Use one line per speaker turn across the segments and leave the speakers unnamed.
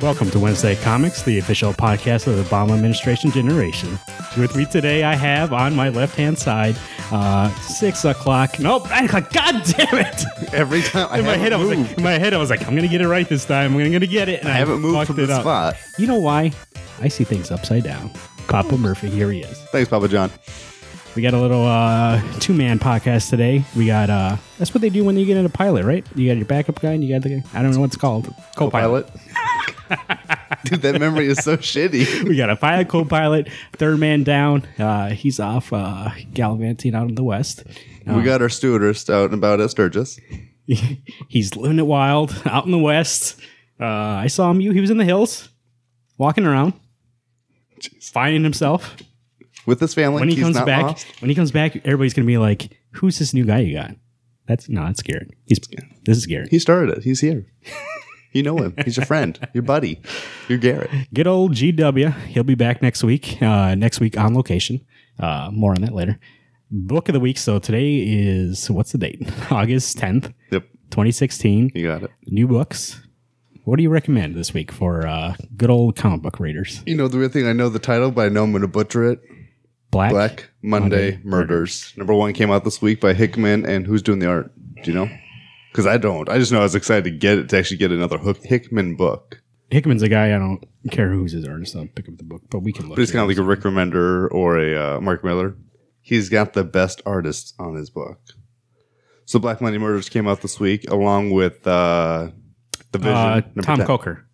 Welcome to Wednesday Comics, the official podcast of the Obama administration generation. With me today, I have on my left hand side, uh, six o'clock. Nope, nine o'clock. God damn it!
Every time I
In my
haven't
head, I was
moved.
like, in my head, I was like, I'm gonna get it right this time. I'm gonna get it. And I,
haven't moved
fucked
from
it
the
up.
spot.
You know why? I see things upside down. Papa Murphy, here he is.
Thanks, Papa John.
We got a little uh, two man podcast today. We got uh, that's what they do when you get in a pilot, right? You got your backup guy, and you got the I don't know what it's called, co-pilot.
Pilot. Dude, that memory is so shitty.
We got a pilot, co-pilot, third man down. Uh, he's off uh, gallivanting out in the west. Uh,
We got our stewardess out and about at Sturgis.
he's living it wild out in the west. Uh, I saw him. You, he was in the hills, walking around, finding himself.
With his family,
When he
he's
comes
not
back,
lost.
when he comes back, everybody's gonna be like, "Who's this new guy you got?" That's no, that's Garrett. He's this is Garrett.
He started it. He's here. You know him. He's your friend, your buddy, your Garrett.
good old GW. He'll be back next week. Uh, next week on location. Uh, more on that later. Book of the week. So today is what's the date? August tenth,
Yep,
twenty sixteen.
you got it.
New books. What do you recommend this week for uh, good old comic book readers?
You know the weird thing. I know the title, but I know I'm going to butcher it.
Black.
Black Monday,
Monday
Murders. Number one came out this week by Hickman, and who's doing the art? Do you know? Because I don't. I just know I was excited to get it to actually get another Hook Hickman book.
Hickman's a guy I don't care who's his artist. I'll pick up the book, but we can look.
but he's
it
kind
up.
of like a Rick Remender or a uh, Mark Miller. He's got the best artists on his book. So Black Monday Murders came out this week along with uh, The Vision.
uh,
number
Tom
10.
Coker.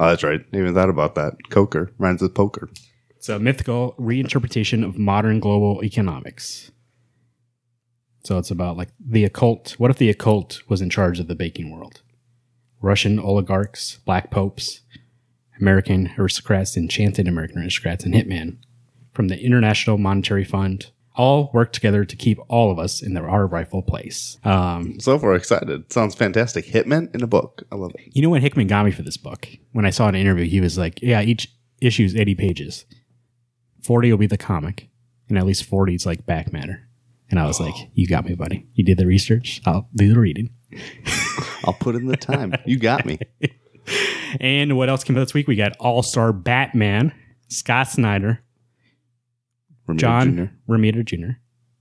Oh, that's right. I even thought about that. Coker rhymes with poker.
It's a mythical reinterpretation of modern global economics. So it's about like the occult. What if the occult was in charge of the banking world? Russian oligarchs, black popes, American aristocrats, enchanted American aristocrats, and hitmen from the International Monetary Fund all work together to keep all of us in their, our rightful place. Um,
So far, excited. Sounds fantastic. Hitman in a book. I love it.
you know what Hickman got me for this book? When I saw an interview, he was like, "Yeah, each issue is eighty pages. Forty will be the comic, and at least forty is like back matter." And I was like, "You got me, buddy. You did the research. I'll do the reading."
I'll put in the time. You got me.
And what else came out this week? We got All Star Batman, Scott Snyder,
Romita
John
Jr.
Romita Jr.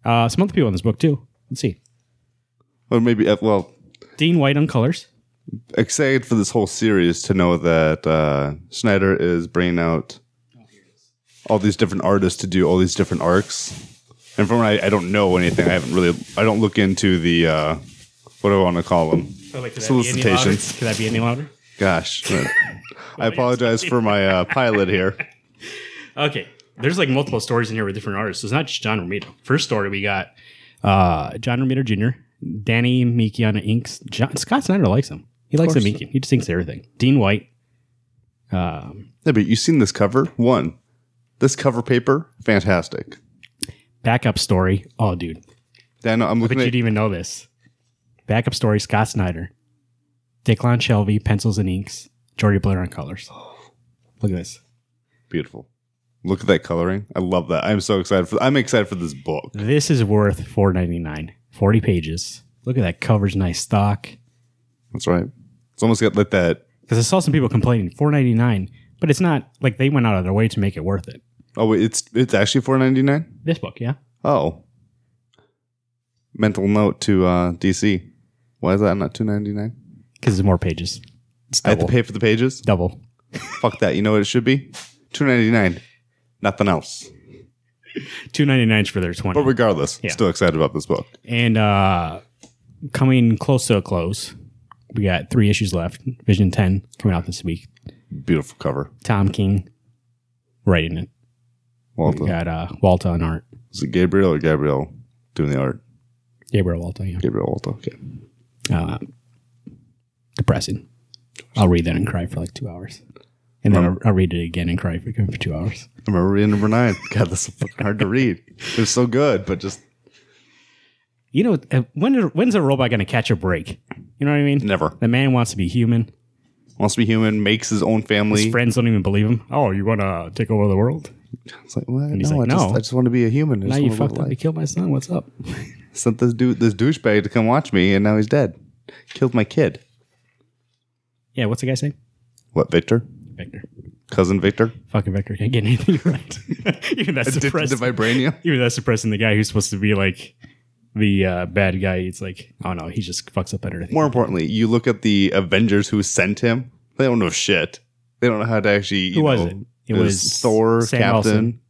Uh, some other people in this book too. Let's see,
Or maybe, uh, well,
Dean White on colors.
excited for this whole series to know that uh, Schneider is bringing out all these different artists to do all these different arcs. And from what I, I don't know anything, I haven't really, I don't look into the, uh, what do I want to call them? Solicitations.
Could that be any louder?
Gosh. I apologize for my uh, pilot here.
Okay. There's like multiple stories in here with different artists. It's not just John Romita. First story we got uh, John Romita Jr., Danny Miki on the inks. John, Scott Snyder likes him. He likes the
course.
Miki. He just inks everything. Dean White. Um,
Yeah, but you've seen this cover? One. This cover paper, fantastic.
backup story. Oh, dude.
Dan, I'm
But
looking
you
at
didn't even know this. Backup story Scott Snyder, Declan Shelby, pencils and inks, Jordy Blair on colors. Look at this.
beautiful. Look at that coloring. I love that. I'm so excited for I'm excited for this book.
This is worth four ninety nine. Forty pages. Look at that cover's nice stock.
That's right. It's almost got like that
because I saw some people complaining four ninety nine, but it's not like they went out of their way to make it worth it.
Oh, wait, it's it's actually four ninety nine.
This book, yeah,
Oh, mental note to uh, DC. Why is that not two ninety nine?
because there's more pages. It's
I have
double.
to pay for the pages.
double.
Fuck that. You know what it should be? Two ninety nine. Nothing else.
Two ninety nine for their twenty.
But regardless,
Yeah.
still excited about this book.
and uh, coming close to a close, we got three issues left. Vision ten coming out this week.
Beautiful cover.
Tom King writing it.
Walter.
We got uh, Walta on art.
Is it Gabriel or Gabriel doing the art?
Gabriel Walta. Yeah.
Gabriel Walter. Okay.
Uh, depressing. I'll read that and cry for like two hours, and then I'll, I'll read it again and cry for, for two hours.
I remember reading number nine. God, this is fucking hard to read. It was so good, but just
you know, uh, when when's a robot going to catch a break? You know what I mean?
never
The man wants to be human.
wants to be human. Makes his own family.
His friends don't even believe him. Oh, you want to take over the world?
it's like what?
he's
No,
like,
I just
no.
I just want to be a human. I
Now
just
you
wanna live
fucked
life.
up. You killed my son. What's up?
sent this dude this douchebag to come watch me and now he's dead killed my kid
Yeah, what's the guy saying?
What Victor?
Victor.
Cousin Victor?
Fucking Victor can't get anything right. even that's
Addicted to
depressing.
vibranium.
even that's depressing. The guy who's supposed to be like the uh, bad guy. It's like, oh no, he just fucks up everything.
More importantly, you look at the Avengers who sent him. They don't know shit. They don't know how to actually. You
Who was
know,
it? It was,
Thor,
Sam
Captain,
Wilson.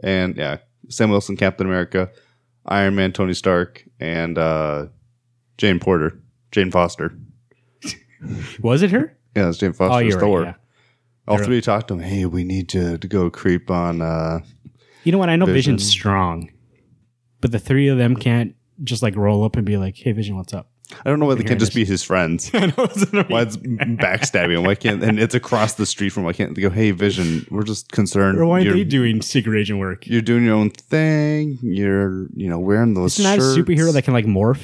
and yeah, Sam Wilson, Captain America, Iron Man, Tony Stark, and uh, Jane Porter, Jane Foster.
Was it her?
Yeah, it's Jane
Oh,
Foster's
you're
Thor.
right. Yeah.
All
They're-
three talked to him. Hey, we need to, to go creep on. Uh,
You know what? I know Vision's
Vision.
strong, but the three of them can't just like roll up and be like, "Hey, Vision, what's up?"
I don't know why they
You're
can't just
right.
be his friends.
I know it's annoying.
Why it's backstabbing? Why can't and it's across the street from? Why can't they go? Hey, Vision, we're just concerned.
Or why aren't
You're-
they doing secret agent work?
you're doing your own thing. You're, you know, wearing those.
This is not a
shirts.
superhero that can like morph.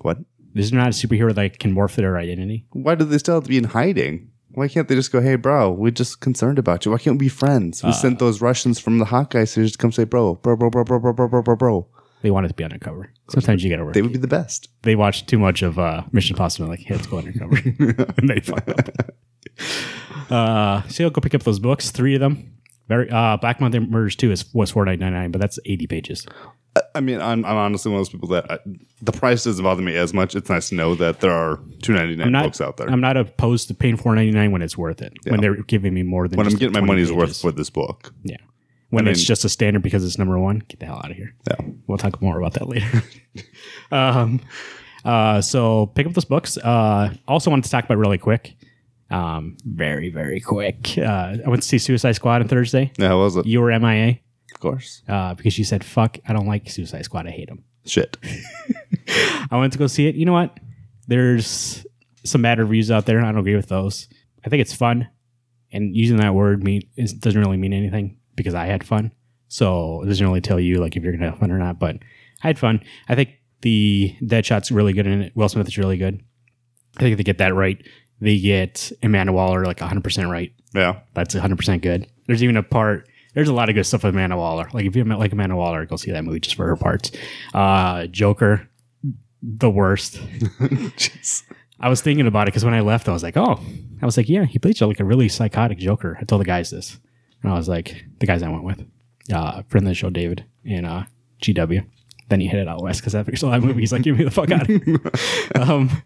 what?
This is not a superhero that can morph their identity.
Why do they still have to be in hiding? Why can't they just go, hey, bro, we're just concerned about you. Why can't we be friends? We sent those Russians from the Hawkeye series to come say, bro, bro, bro, bro, bro, bro, bro, bro, bro, bro.
They want it to be undercover. Sometimes you gotta work.
They
They,
would be the best.
watch too much of uh, Mission Impossible. Like, hey, let's go undercover, and they fuck up. Uh, so you'll go pick up those books, three of them. Very uh, Black Monday Murders Two is was four ninety nine, but that's eighty pages.
I- I mean, I'm, I'm honestly one of those people that I, the price doesn't bother me as much. It's nice to know that there are 2.99
not-
books out there.
I'm not opposed to paying four ninety nine when it's worth it. When they're giving me more than
when I'm
just
getting my
20
money's worth
pages.
for this book.
Yeah. When
I
it's
mean-
just a standard because it's number one, get the hell out of here.
Yeah.
We'll talk more about that later. um, uh, so pick up those books. Uh, also wanted to talk about really quick, um, very very quick. Uh, I went to see Suicide Squad on Thursday.
Yeah, how was it?
You were MIA
Of course.
uh, because you said fuck. I don't like Suicide Squad. I hate them.
Shit.
I went to go see it. You know what? There's some bad reviews out there. I don't agree with those. I think it's fun, and using that word mean it doesn't really mean anything because I had fun. So it doesn't really tell you like if you're gonna have fun or not. But I had fun. I think the Deadshot's really good in it. Will Smith is really good. I think they get that right. They get Amanda Waller like 100 percent right
Yeah.
that's 100% good. There's even a part, there's a lot of good stuff with Amanda Waller. Like, if you like Amanda Waller, go see that movie just for her parts. Uh, Joker, the worst.
Jeez.
I was thinking about it because when I left, I was like, oh, I was like, yeah, he plays like a really psychotic Joker. I told the guys this. And I was like, the guys I went with, uh, friend of the show, David, and uh, GW. Then he hit it out west because after he saw that movie, he's like, get me the fuck out of here. um,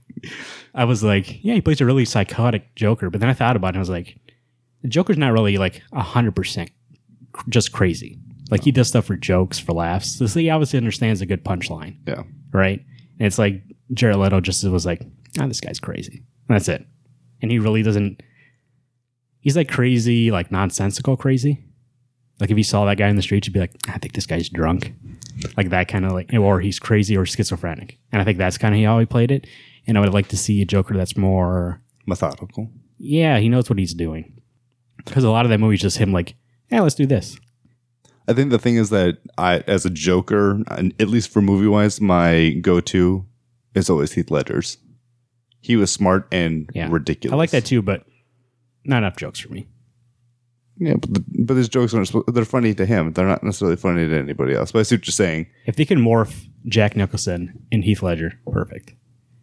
I was like, yeah, he plays a really psychotic Joker. But then I thought about it and I was like, the Joker's not really like 100% cr- just crazy. Like, he does stuff for jokes, for laughs. So he obviously understands a good punchline
Yeah.
right? And it's like Jared Leto just was like, ah, this guy's crazy. And that's it. And he really doesn't. He's like crazy, like nonsensical crazy. Like if you saw that guy in the street, you'd be like, I think this guy's drunk. Like that kind of like, or he's crazy or schizophrenic. And I think that's kind of how he played it. And I would like to see a Joker that's more,
Methodical.
yeah, he knows what he's doing. Because a lot of that movie is just him like, yeah, let's do this.
I think the thing is that I, as a Joker, and at least for movie wise, my go to is always Heath Ledger's. He was smart and
Yeah.
ridiculous.
I like that too, but not enough jokes for me.
Yeah, but, the, but his jokes aren't. supposed- They're funny to him. They're not necessarily funny to anybody else. But I see what you're saying.
If they can morph Jack Nicholson and Heath Ledger, perfect.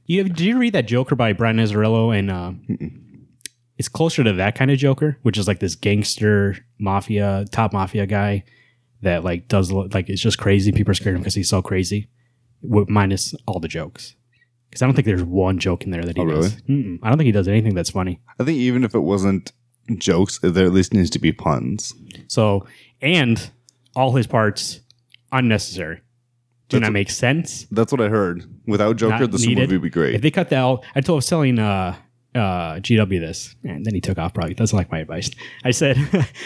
You did you read that Joker by Brian Azzarello and uh, it's closer to that kind of Joker, which is like this gangster mafia top mafia guy that like does lo- like it's just crazy. People are scared of him because he's so crazy, with, minus all the jokes. Because I don't think there's one joke in there that he
Oh, really?
does. Mm-mm. I don't think he does anything that's funny.
I think even if it wasn't jokes, there at least needs to be puns.
So and all his parts unnecessary, do not make sense.
That's what I heard. Without Joker,
not
this
needed.
movie would be
If
great.
they cut that out, I told I was telling uh, uh, GW this, and then he took off. Probably doesn't like my advice. I said,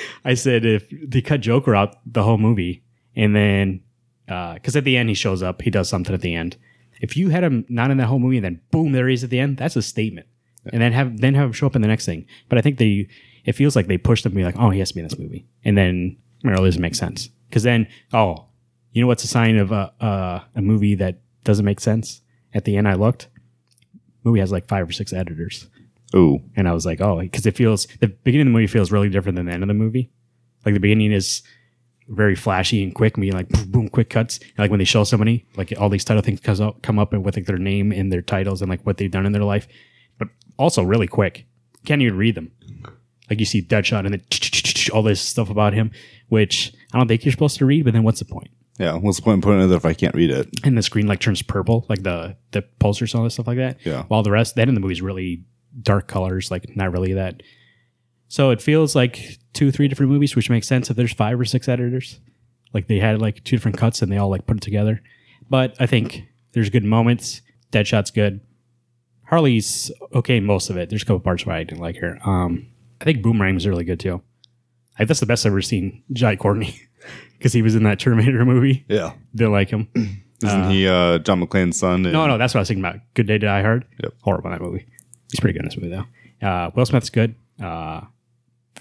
I said if they cut Joker out the whole movie, and then because at the end he shows up, he does something at the end. If you had him not in that whole movie, and then boom, there he is at the end. That's a statement. And then have then have him show up in the next thing. But I think they it feels like they pushed him to be like, oh, he has to be in this movie, and then it really doesn't make sense because then oh, you know what's a sign of a uh, a movie that doesn't make sense? At the end, I looked movie has like five or six editors.
Ooh,
And I was like, oh, because it feels the beginning of the movie feels really different than the end of the movie. Like the beginning is very flashy and quick, me like boom, boom, quick cuts. And like when they show somebody, like all these title things comes up, come up and with like their name and their titles and like what they've done in their life, but also really quick. can't even read them. Like you see Deadshot and then all this stuff about him, which I don't think you're supposed to read. But then what's the point?
Yeah, what's the point in putting it there if I can't read it?
And the screen like turns purple, like the the pulsars and all this stuff like that.
Yeah.
While the rest, that in the movie is really dark colors, like not really that. So it feels like two, three different movies, which makes sense if there's five or six editors. Like they had like two different cuts and they all like put it together. But I think there's good moments. Deadshot's good. Harley's okay in most of it. There's a couple parts where I didn't like her. Um, I think Boomerang's really good too. Like that's the best I've ever seen Jai Courtney because he was in that Terminator movie.
Yeah.
Didn't like him.
Isn't he uh, John McClane's son? and-
No, no, that's what I was thinking about. Good Day to Die Hard.
Yep.
Horrible in that movie. He's pretty good in this movie though. Uh, Will Smith's good. Uh,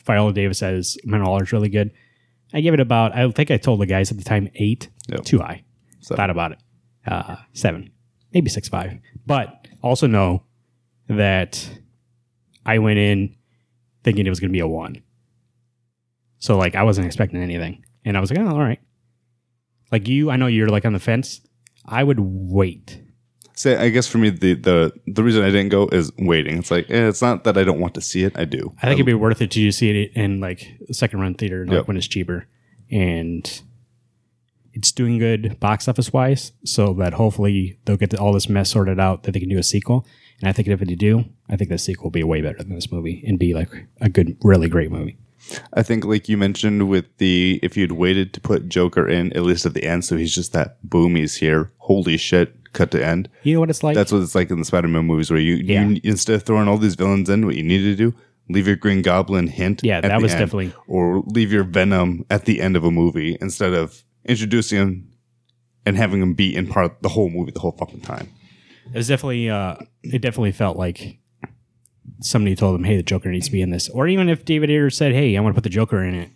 Viola Davis as Manolar's really good. I give it about. I think I told the guys at the time eight,
Yep.
too high.
Seven.
Thought about it. Uh, seven, maybe six five. But also know that I went in thinking it was going to be a one. So like I wasn't expecting anything, and I was like, oh, all right. Like you, I know you're like on the fence. I would wait.
Say, I guess for me, the, the the reason I didn't go is waiting. It's like eh, it's not that I don't want to see it. I do.
I think it'd be worth it to just see it in like a second run theater like
Um, Yep.
when it's cheaper and it's doing good box office wise so that hopefully they'll get all this mess sorted out that they can do a sequel and I think if they do I think the sequel will be way better than this movie and be like a good really great movie
I think like you mentioned with the if you'd waited to put Joker in at least at the end, so he's just that boom. He's here. Holy shit! Cut to end.
you know what it's like
That's what it's like in the Spider-Man movies, where you,
Yeah.
you instead of throwing all these villains in, what you need to do leave your Green Goblin hint.
Yeah,
at
that
the
was
end,
definitely-
or leave your Venom at the end of a movie instead of introducing him and having him be in part the whole movie the whole fucking time.
it was definitely uh it definitely felt like somebody told them hey the joker needs to be in this or even if david Ayer said hey i want to put the joker in it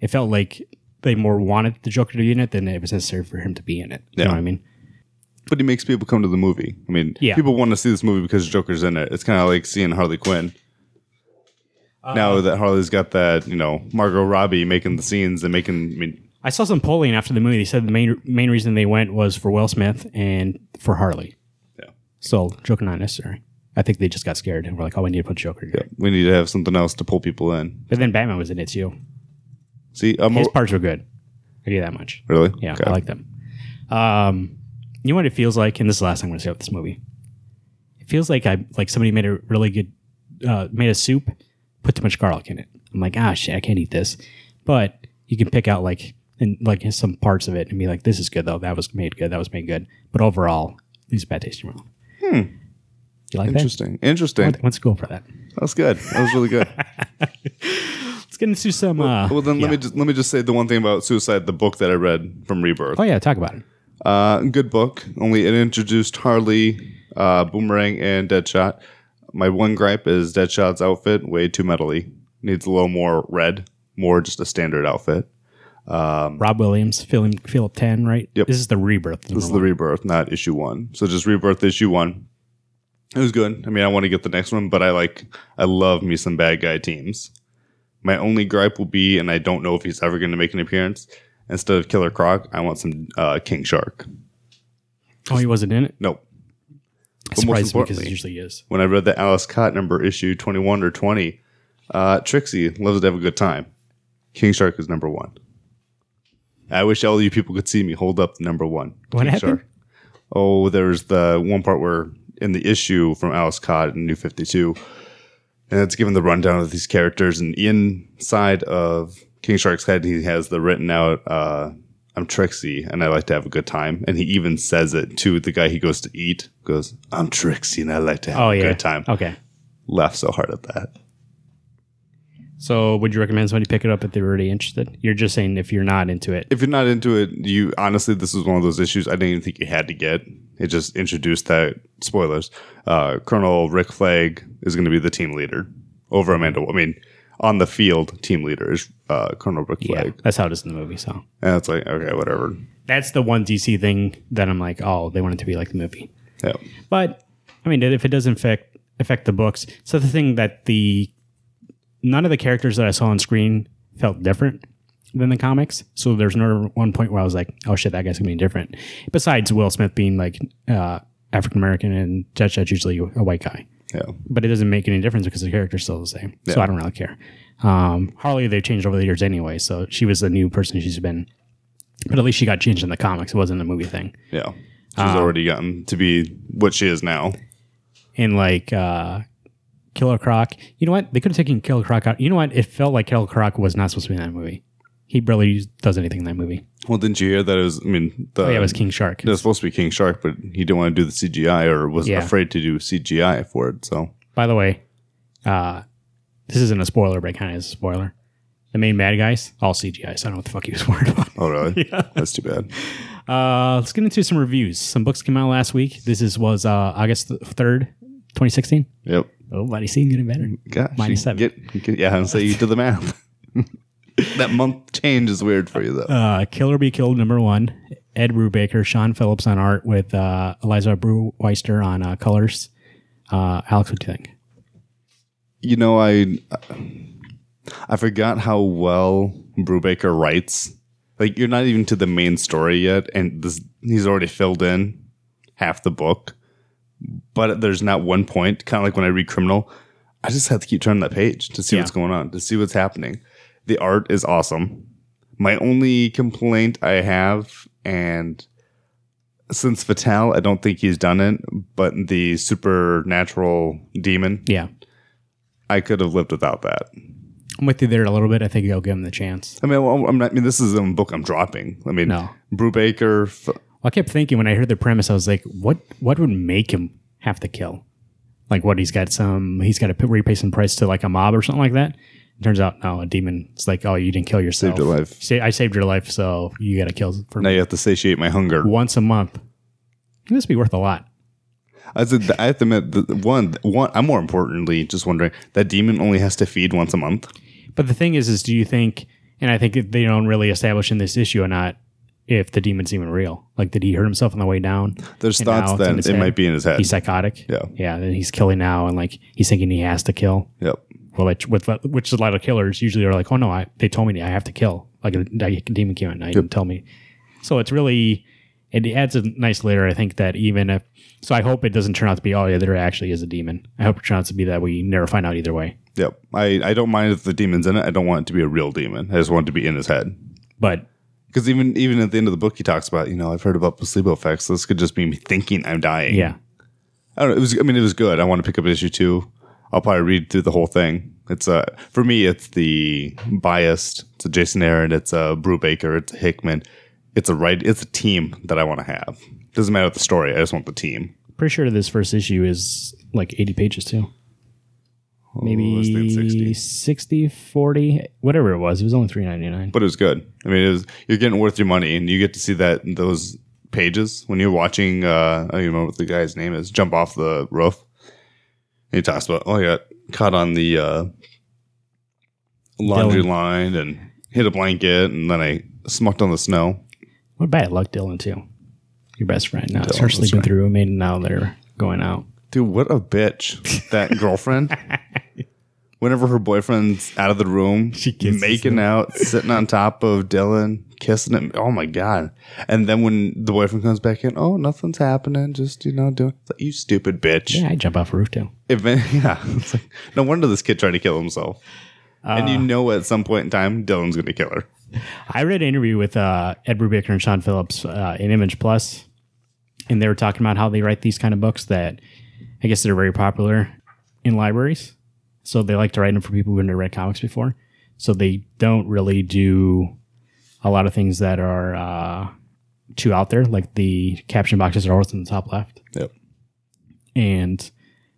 it felt like they more wanted the joker to be in it than it was necessary for him to be in it you know
Yeah.
what i mean
But he makes people come to the movie. I mean,
Yeah.
people want to see this movie because Joker's in it. It's kind of like seeing Harley Quinn.
Uh-huh.
now that Harley's got that, you know, Margot Robbie making the scenes and making, I mean,
i saw some polling after the movie they said the main main reason they went was for will smith and for harley
Yeah.
so joker not necessary i think they just got scared and were like oh we need to put joker in it.
we need to have something else to pull people in.
but then batman was in it too
See, I'm
his parts were good i give that much
really,
Yeah,
Okay.
I like them. Um, you know what it feels like, and this is the last thing I'm going to say about this movie. It feels like I like somebody made a really good uh, made a soup, put too much garlic in it. I'm like, ah, shit, I can't eat this. But you can pick out like and like some parts of it and be like, this is good though. That was made good. That was made good. But overall, leaves a bad taste in your mouth. Hmm. You like that?
interesting, interesting.
Let's go for that.
That was good. That was really good.
Let's get into some. Uh,
well, then let
yeah.
me just let me just say the one thing about Suicide, the book that I read from Rebirth.
Oh yeah, talk about it.
Uh, good book. Only it introduced Harley, uh, Boomerang, and Deadshot. My one gripe is Deadshot's outfit way too metally. Needs a little more red, more just a standard outfit.
Rob Williams, Philip, Philip Tan, right?
Yep.
This is the rebirth.
This is the rebirth, not issue one. So just rebirth issue one. It was good. I mean, I want to get the next one, but I like I love me some bad guy teams. My only gripe will be, and I don't know if he's ever going to make an appearance. Instead of Killer Croc, I want some uh, King Shark.
oh, he wasn't in it.
Nope. But most
Surprised because it
importantly-
usually is.
when I read the Alice Cott number issue 21 or 20, uh, Trixie loves to have a good time. King Shark is number one. I wish all you people could see me hold up the number one.
What
King
happened?
Shark. Oh, there's the one part where in the issue from Alice Cott in New 52, and it's given the rundown of these characters. And inside of King Shark's head, he has the written out, uh, I'm Trixie and I like to have a good time. And he even says it to the guy he goes to eat, goes, I'm Trixie and I like to have
Oh
a
yeah.
good time
Okay.
laugh so hard at that.
So would you recommend somebody pick it up if they're already interested? You're just saying if you're not into it.
If you're not into it, you honestly, this is one of those issues I didn't even think you had to get. It just introduced that spoilers. Uh, Colonel Rick Flag is going to be the team leader over Amanda. I mean, on the field, team leader is uh, Colonel Rick
Yeah.
Flag,
That's how it is in the movie. So
and it's like okay, whatever.
that's the one DC thing that I'm like, oh, they want it to be like the movie.
Yeah,
But I mean, if it doesn't affect affect the books, so the thing that the none of the characters that I saw on screen felt different than the comics. So there's no one point where I was like, oh shit, that guy's gonna be different. Besides Will Smith being like uh, African American and Deadshot's usually a white guy.
Yeah.
but it doesn't make any difference because the character's still the same. So
Yeah.
I don't really care. Um, Harley, they've changed over the years anyway, so she was the new person she's been. But at least she got changed in the comics. It wasn't a movie thing.
Yeah.
Um,
She's already gotten to be what she is now.
And like uh, Killer Croc, you know what? They could have taken Killer Croc out. You know what? It felt like Killer Croc was not supposed to be in that movie. He barely does anything in that movie.
Well, didn't you hear that it was, I mean, the,
Oh, yeah, it was King Shark.
it was supposed to be King Shark, but he didn't want to do the CGI or was
Yeah.
afraid to do CGI for it. So,
By the way, uh, this isn't a spoiler, but it kind of is a spoiler. The main bad guys, all CGI, so I don't know what the fuck he was worried about.
oh, really? That's too bad.
Uh, let's get into some reviews. Some books came out last week. This is was uh, August third, twenty sixteen.
Yep.
Oh, buddy, see, getting better.
Gosh,
Minus
you
seven.
Get, you get- yeah, and say you did the math. that month change is weird for you, though.
Uh, Killer Be Killed number one. Ed Brubaker, Sean Phillips on art with uh, Eliza Breweister on uh, colors. Uh, Alex, what do you think?
you know, I I forgot how well Brubaker writes. Like, you're not even to the main story yet, and this, he's already filled in half the book. But there's not one point, kind of like when I read Criminal, I just have to keep turning that page to see
Yeah.
what's going on, to see what's happening. The art is awesome. My only complaint I have, and since Vital, I don't think he's done it, but the supernatural demon,
Yeah,
I could have lived without that.
I'm with you there a little bit. I think I'll give him the chance.
I mean, well, I'm not, I mean, this is a book I'm dropping. I mean,
No.
Brubaker. F-
Well, I kept thinking when I heard the premise, I was like, what What would make him have to kill? Like, what? He's got some, he's got to repay some price to like a mob or something like that. It turns out, no, a demon. It's like, oh, you didn't kill yourself.
Saved your life.
Sa- I saved your life, so you got to kill for
now you have to satiate my hunger.
once a month. This be worth a lot.
I said, I have to admit, the, the one, one. I'm more importantly just wondering that demon only has to feed once a month.
But the thing is, is do you think? And I think that they don't really establish in this issue or not if the demon's even real. Like, did he hurt himself on the way down?
There's
And now
thoughts
it's in his
that it
head.
might be in his head.
He's psychotic.
Yeah.
yeah. Then he's killing now, and like he's thinking he has to kill.
yep.
Well, it, with which a lot of killers usually are like, oh no, I they told me I have to kill. Like a, a demon came at night and tell me. So it's really it adds a nice layer. I think that even if so, I hope it doesn't turn out to be oh yeah, there actually is a demon. I hope it turns out to be that we never find out either way.
Yep. I, I don't mind if the demon's in it. I don't want it to be a real demon. I just want it to be in his head.
But
Because even even at the end of the book, he talks about, you know, I've heard about placebo effects. This could just be me thinking I'm dying.
yeah,
I don't know. It was. I mean, it was good. I want to pick up issue two. I'll probably read through the whole thing. It's uh for me. It's the biased. It's a Jason Aaron. It's a Brubaker. It's a Hickman. It's a right. It's a team that I want to have. Doesn't matter the story. I just want the team.
pretty sure this first issue is like eighty pages too.
I was thinking 60.
Maybe 60, 40, whatever it was. It was only three ninety nine.
But it was good. I mean, it was. You're getting worth your money, and you get to see that those pages when you're watching. Uh, I don't even remember what the guy's name is. Jump off the roof. And he talks about. Oh, I got caught on the uh, laundry
Dylan.
line and hit a blanket, and then I smucked on the snow.
What bad luck, Dylan too? Your best friend now.
that's
Start sleeping
right.
through a maid, and now they're going out.
Dude, what a bitch! That girlfriend. Whenever her boyfriend's out of the room,
She kisses
making out, sitting on top of Dylan, kissing him. Oh my god! And then when the boyfriend comes back in, oh, nothing's happening. Just you know, doing it's like, you stupid bitch.
Yeah, I jump off a roof too.
If- yeah. It's like, no wonder this kid tried to kill himself. and
Uh.
you know, at some point in time, Dylan's going to kill her.
I read an interview with uh, Ed Brubaker and Sean Phillips uh, in Image Plus, and they were talking about how they write these kind of books that I guess they're very popular in libraries. So they like to write them for people who've never read comics before. So they don't really do a lot of things that are uh, too out there. Like the caption boxes are always in the top left,
Yep.
and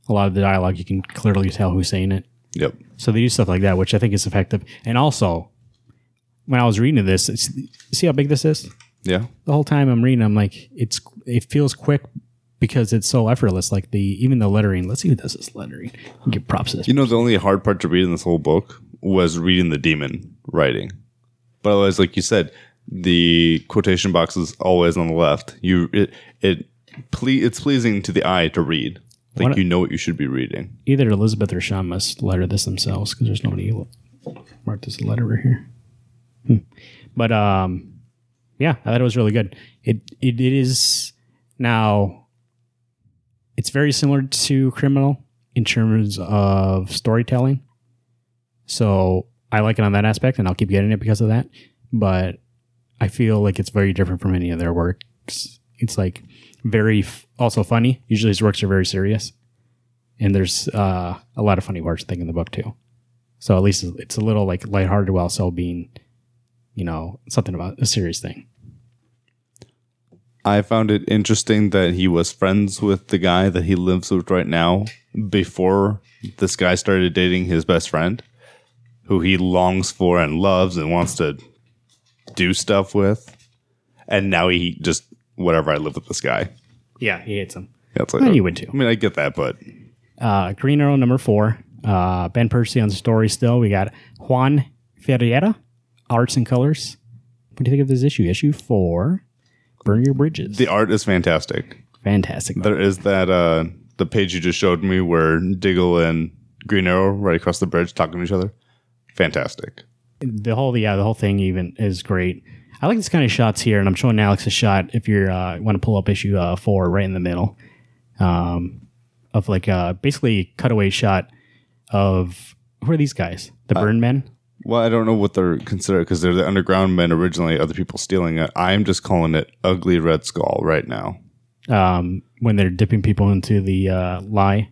a lot of the dialogue you can clearly tell who's saying it.
Yep.
So they do stuff like that, which I think is effective. And also, when I was reading this, it's, see how big this is?
Yeah.
The whole time I'm reading, I'm like, it's it feels quick because it's so effortless. Like the even the lettering. Let's see who does this lettering. Give props to this.
You know, the only hard part to read in this whole book was reading the demon writing. But otherwise, like you said, the quotation box is always on the left. You it it ple- it's pleasing to the eye to read. Like
What-
you know what you should be reading.
Either Elizabeth or Sean must letter this themselves because there's nobody who marked this letterer here. Hmm. But um, yeah, I thought it was really good. It it, it is now. It's very similar to Criminal in terms of storytelling. So I like it on that aspect, and I'll keep getting it because of that. But I feel like it's very different from any of their works. It's like very f- also funny. Usually his works are very serious, and there's uh, a lot of funny parts I think in the book too. So at least it's a little like lighthearted while still being, you know, something about a serious thing.
I found it interesting that he was friends with the guy that he lives with right now before this guy started dating his best friend, who he longs for and loves and wants to do stuff with. And now he just, whatever, I live with this guy.
Yeah, he hates him.
Yeah, it's like,
Well, you would too.
I mean, I get that, but
Uh, Green Arrow number four. Uh, ben Percy on the story still. We got Juan Ferreira, Arts and Colors. What do you think of this issue? Issue four. Burn Your Bridges.
the art is fantastic.
Fantastic.
There is that uh the page you just showed me where Diggle and Green Arrow right across the bridge talking to each other. Fantastic.
the whole yeah the whole thing even is great i like this kind of shots here and i'm showing alex a shot if you uh, want to pull up issue uh, four right in the middle um, of like uh, basically a cutaway shot of who are these guys the burn men
Well, I don't know what they're considered because they're the underground men originally, other people stealing it. I'm just calling it ugly red skull right now.
um, when they're dipping people into the uh, lie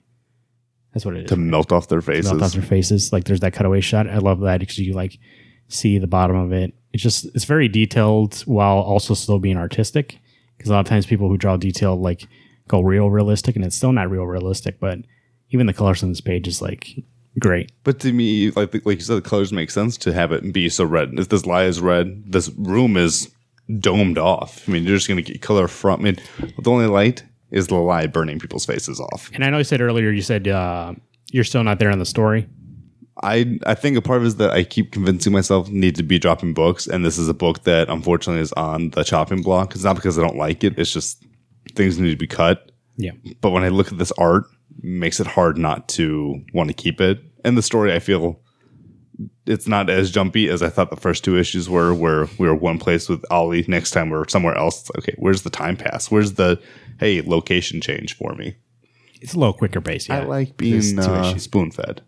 that's what it is
To melt off their
It's melt off
faces.
their faces like there's that cutaway shot i love that because you like see the bottom of it it's just it's very detailed while also still being artistic because a lot of times people who draw detailed like go real realistic and it's still not real realistic but even the colors on this page is like great
But to me, like like you said, the colors make sense to have it be so red. If this lie is red, this room is domed off. I mean, you're just gonna get color from it. The only light is the lie burning people's faces off.
and i know you said earlier you said uh, you're still not there in the story
I I think a part of it is that I keep convincing myself I need to be dropping books, and this is a book that unfortunately is on the chopping block. It's not because I don't like it; it's just things need to be cut.
yeah
But when I look at this art, it makes it hard not to want to keep it. And the story, I feel it's not as jumpy as I thought the first two issues were, where we were one place with Ollie. Next time we're somewhere else. It's like, okay, where's the time pass? Where's the hey location change for me?
it's a little quicker pace yeah
like being uh, spoon fed.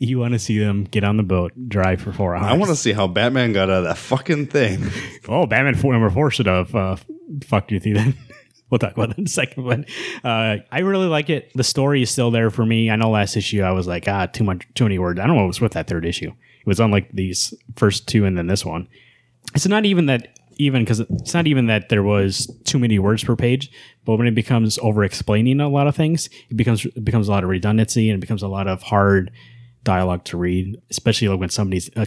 you want to see them get on the boat drive for four hours
I want to see how Batman got out of that fucking thing.
Oh, Batman four, number four should have uh, fucked you through then. we'll talk about that in a second. But uh, I really like it. The story is still there for me. I know last issue I was like, ah, too much, too many words. I don't know what was with that third issue. It was unlike these first two and then this one. It's not even that even because it's not even that there was too many words per page, but when it becomes over explaining a lot of things, it becomes it becomes a lot of redundancy and it becomes a lot of hard dialogue to read, especially like when somebody's a,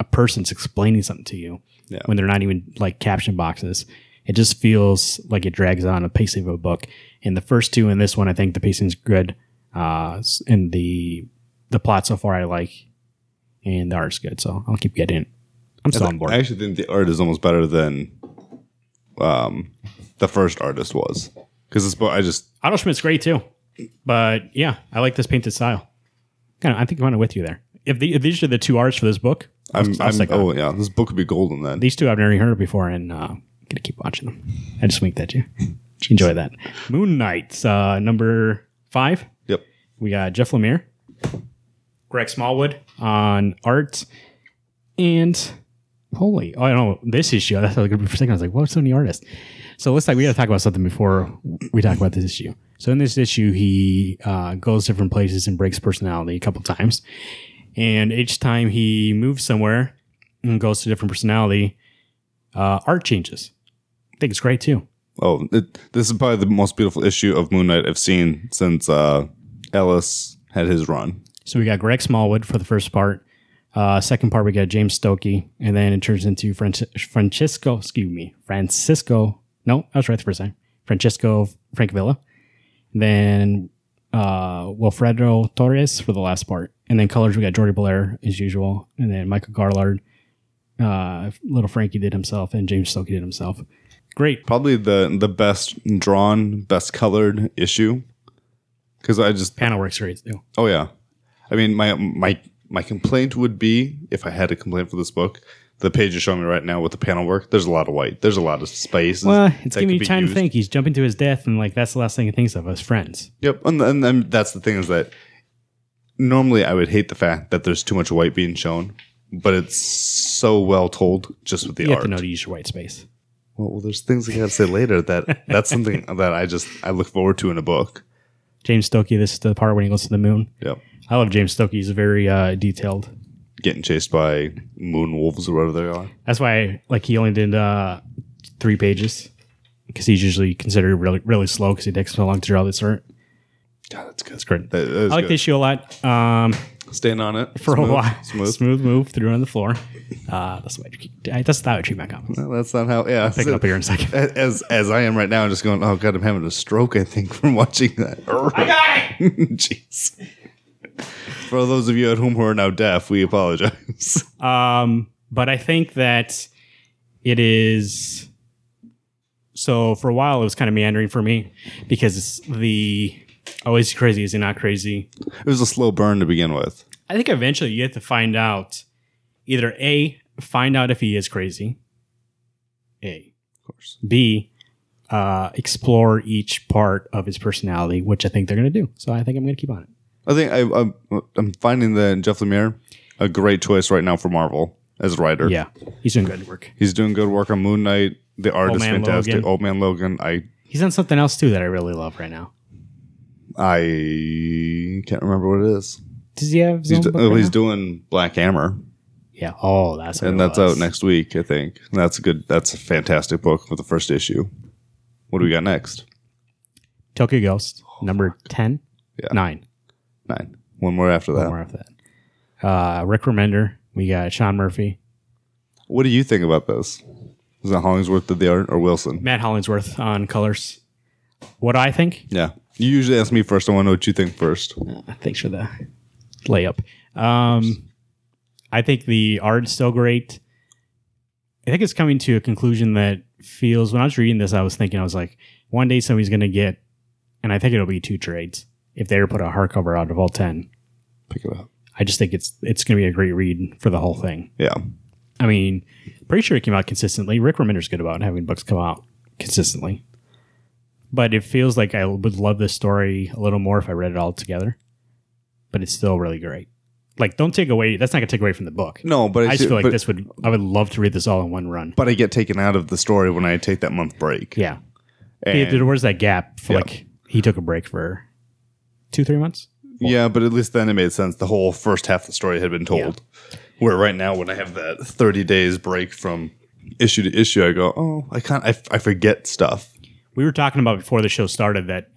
a person's explaining something to you
Yeah.
when they're not even like caption boxes. It just feels like it drags on a pacing of a book. In the first two and this one, I think the pacing's good. Uh, s- and the the plot so far I like, and the art's good, so I'll keep getting it. I'm still on board.
I actually think the art is almost better than um, the first artist was. Because this book, I just,
Otto Schmidt's great too, but yeah, I like this painted style. Kind of, I think I'm with you there. If, the, if these are the two arts for this book, I'll-
I'm,
I'll
I'm
stick on.
oh yeah, this book would be golden then.
these two I've never even heard of before, and uh, I'm gonna keep watching them. I just winked at you. Enjoy that. Moon Knights, uh, number five.
Yep.
We got Jeff Lemire, Greg Smallwood on art, and holy, oh, I know this issue. That's what I was gonna be for a second. I was like, what's so many artists? So let's like we gotta talk about something before we talk about this issue. So in this issue, he uh, goes different places and breaks personality a couple times, and each time he moves somewhere and goes to different personality, uh, art changes. I think it's great too.
Oh, it, this is probably the most beautiful issue of Moon Knight I've seen since uh, Ellis had his run.
So we got Greg Smallwood for the first part. Uh, second part, we got James Stokey, and then it turns into Franci- Francisco. Excuse me, Francisco. No, I was right the first time. Francisco Frank Villa. Then uh, Wilfredo Torres for the last part, and then colors we got Jordy Blair as usual, and then Michael Garlard. Uh, little Frankie did himself, and James Stokey did himself. Great.
Probably the the best drawn, best colored issue. Because I just
Panel works great too.
Oh yeah, I mean my my my complaint would be if I had a complaint for this book the page you're showing me right now with the panel work, there's a lot of white. There's a lot of space.
Well,
that
it's giving
could
you
be
time
used.
to think. He's jumping to his death, and like that's the last thing he thinks of as friends.
Yep, and and, and that's the thing is that normally I would hate the fact that there's too much white being shown, but it's so well told just with the
You have
art.
to know to use your white space.
Well, well, there's things I gotta say later that that's something that I just I look forward to in a book.
James Stokey, this is the part when he goes to the moon.
Yep,
I love James Stokey. He's very uh, detailed.
getting chased by moon wolves or whatever they are.
That's why like he only did uh, three pages because he's usually considered really really slow because he takes so long to draw this art.
God, that's good.
It's great.
That- that is
I like
good.
this issue a lot. Um,
Staying on it
for
Smooth,
a while,
Smooth.
move through on the floor. Uh, that's the way I treat, that's how I treat my comics.
No, that's not how. Yeah,
Pick it up here in a second.
as as I am right now, I'm just going. Oh God, I'm having a stroke. I think from watching that. I got it. Jeez. For those of you at home who are now deaf, we apologize.
Um, but I think that it is. So for a while, it was kind of meandering for me because it's the oh, is he crazy? Is he not crazy?
It was a slow burn to begin with.
I think eventually you have to find out either A, find out if he is crazy. A. Of
course.
B, uh, explore each part of his personality, which I think they're going to do. So I think I'm going to keep on it.
I think I, I'm I'm finding that Jeff Lemire a great choice right now for Marvel as a writer.
Yeah. He's doing good work.
he's doing good work on Moon Knight. The art
Old
is
Man
fantastic.
Logan.
Old Man Logan. I
He's done something else too that I really love right now.
I can't remember what it is.
Does he have his
He's,
own
do-
book
oh,
right
he's
now?
doing Black Hammer.
Yeah. Oh, that's what
and
it
that's
was.
out next week, I think. And that's a good. That's a fantastic book for the first issue. What do we got next?
Tokyo Ghost, number 10,
Oh, Yeah.
9.
Nine. One more after
One
that.
more after that. Uh, Rick Remender. We got Sean Murphy.
What do you think about this? Is it Hollingsworth did the art or Wilson?
Matt Hollingsworth on colors. What do I think?
Yeah. You usually ask me first. I want to know what you think first.
Uh, Thanks for the layup. Um, I think the art is still great. I think it's coming to a conclusion that feels. When I was reading this, I was thinking I was like, one day somebody's going to get, and I think it'll be two trades if they ever put a hardcover out of all ten.
Pick it up.
I just think it's it's going to be a great read for the whole thing.
Yeah.
I mean, pretty sure it came out consistently. Rick Remender's good about having books come out consistently. But it feels like I would love this story a little more if I read it all together. But it's still really great. Like, don't take away, that's not going to take away from the book.
No, but I,
I just
see-
feel like
but,
this would, I would love to read this all in one run.
But I get taken out of the story when I take that month break.
Yeah.
And-
there was that gap for
Yeah.
like, he took a break for two, three months.
yeah, but at least then it made sense. The whole first half of the story had been told. Where right now, when I have that thirty days break from issue to issue, I go, oh, I can't. I, f- I forget stuff.
we were talking about before the show started that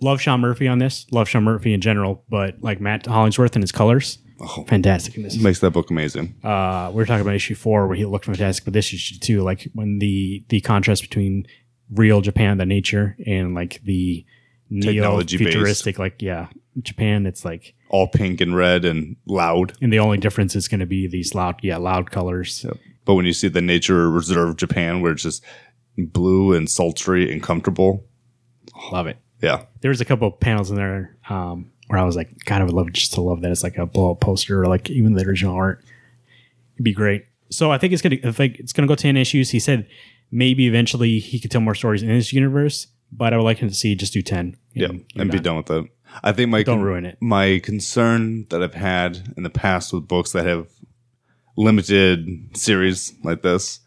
love Sean Murphy on this, love Sean Murphy in general, but like Matt Hollingsworth and his colors,
Oh.
fantastic. in this.
makes that book amazing.
Uh, we were talking about issue four where he looked fantastic, but this issue too, like when the the contrast between real Japan, the nature, and like the neo
Technology-based.
futuristic, like yeah, Japan. It's like,
All pink and red and loud.
and the only difference is going to be these loud, yeah, loud colors.
But when you see the nature reserve Japan, where it's just blue and sultry and comfortable,
Love it.
yeah,
there was a couple of panels in there um, where I was like, God, I would love just to love that. It's like a blow up poster or like even the original art. It'd be great. So I think it's gonna I think it's gonna go ten issues. He said maybe eventually he could tell more stories in this universe, but I would like him to see just do ten.
yeah, and, be done with it. I think my
Mm, Don't ruin it.
my concern that I've had in the past with books that have limited series like this,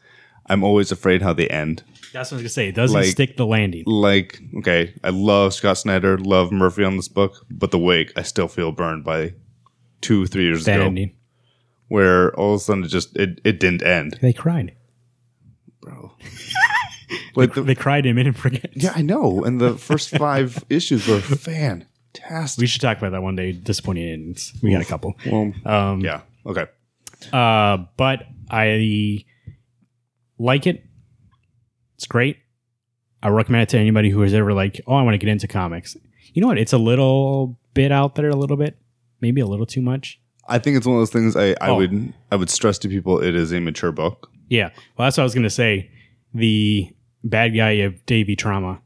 I'm always afraid how they end.
That's what I was gonna say. It doesn't
Like-
stick the landing.
Like, okay, I love Scott Snyder, love Murphy on this book, but the wake I still feel burned by two, three years
That
ago,
ending.
where all of a sudden it just it, it didn't end.
They cried.
bro. like the,
They cried and made him forget.
yeah, I know. And the first five issues were
We
fantastic.
should talk about that one day. Disappointing endings. We got a couple.
Well,
Um,
yeah. Okay.
Uh, but I like it. It's great. I recommend it to anybody who is ever like, oh, I want to get into comics. You know what? It's a little bit out there, a little bit, maybe a little too much.
I think it's one of those things I, I
Oh.
would I would stress to people it is a mature book.
Yeah. Well, that's what I was going to say. The bad guy of Davy Trauma.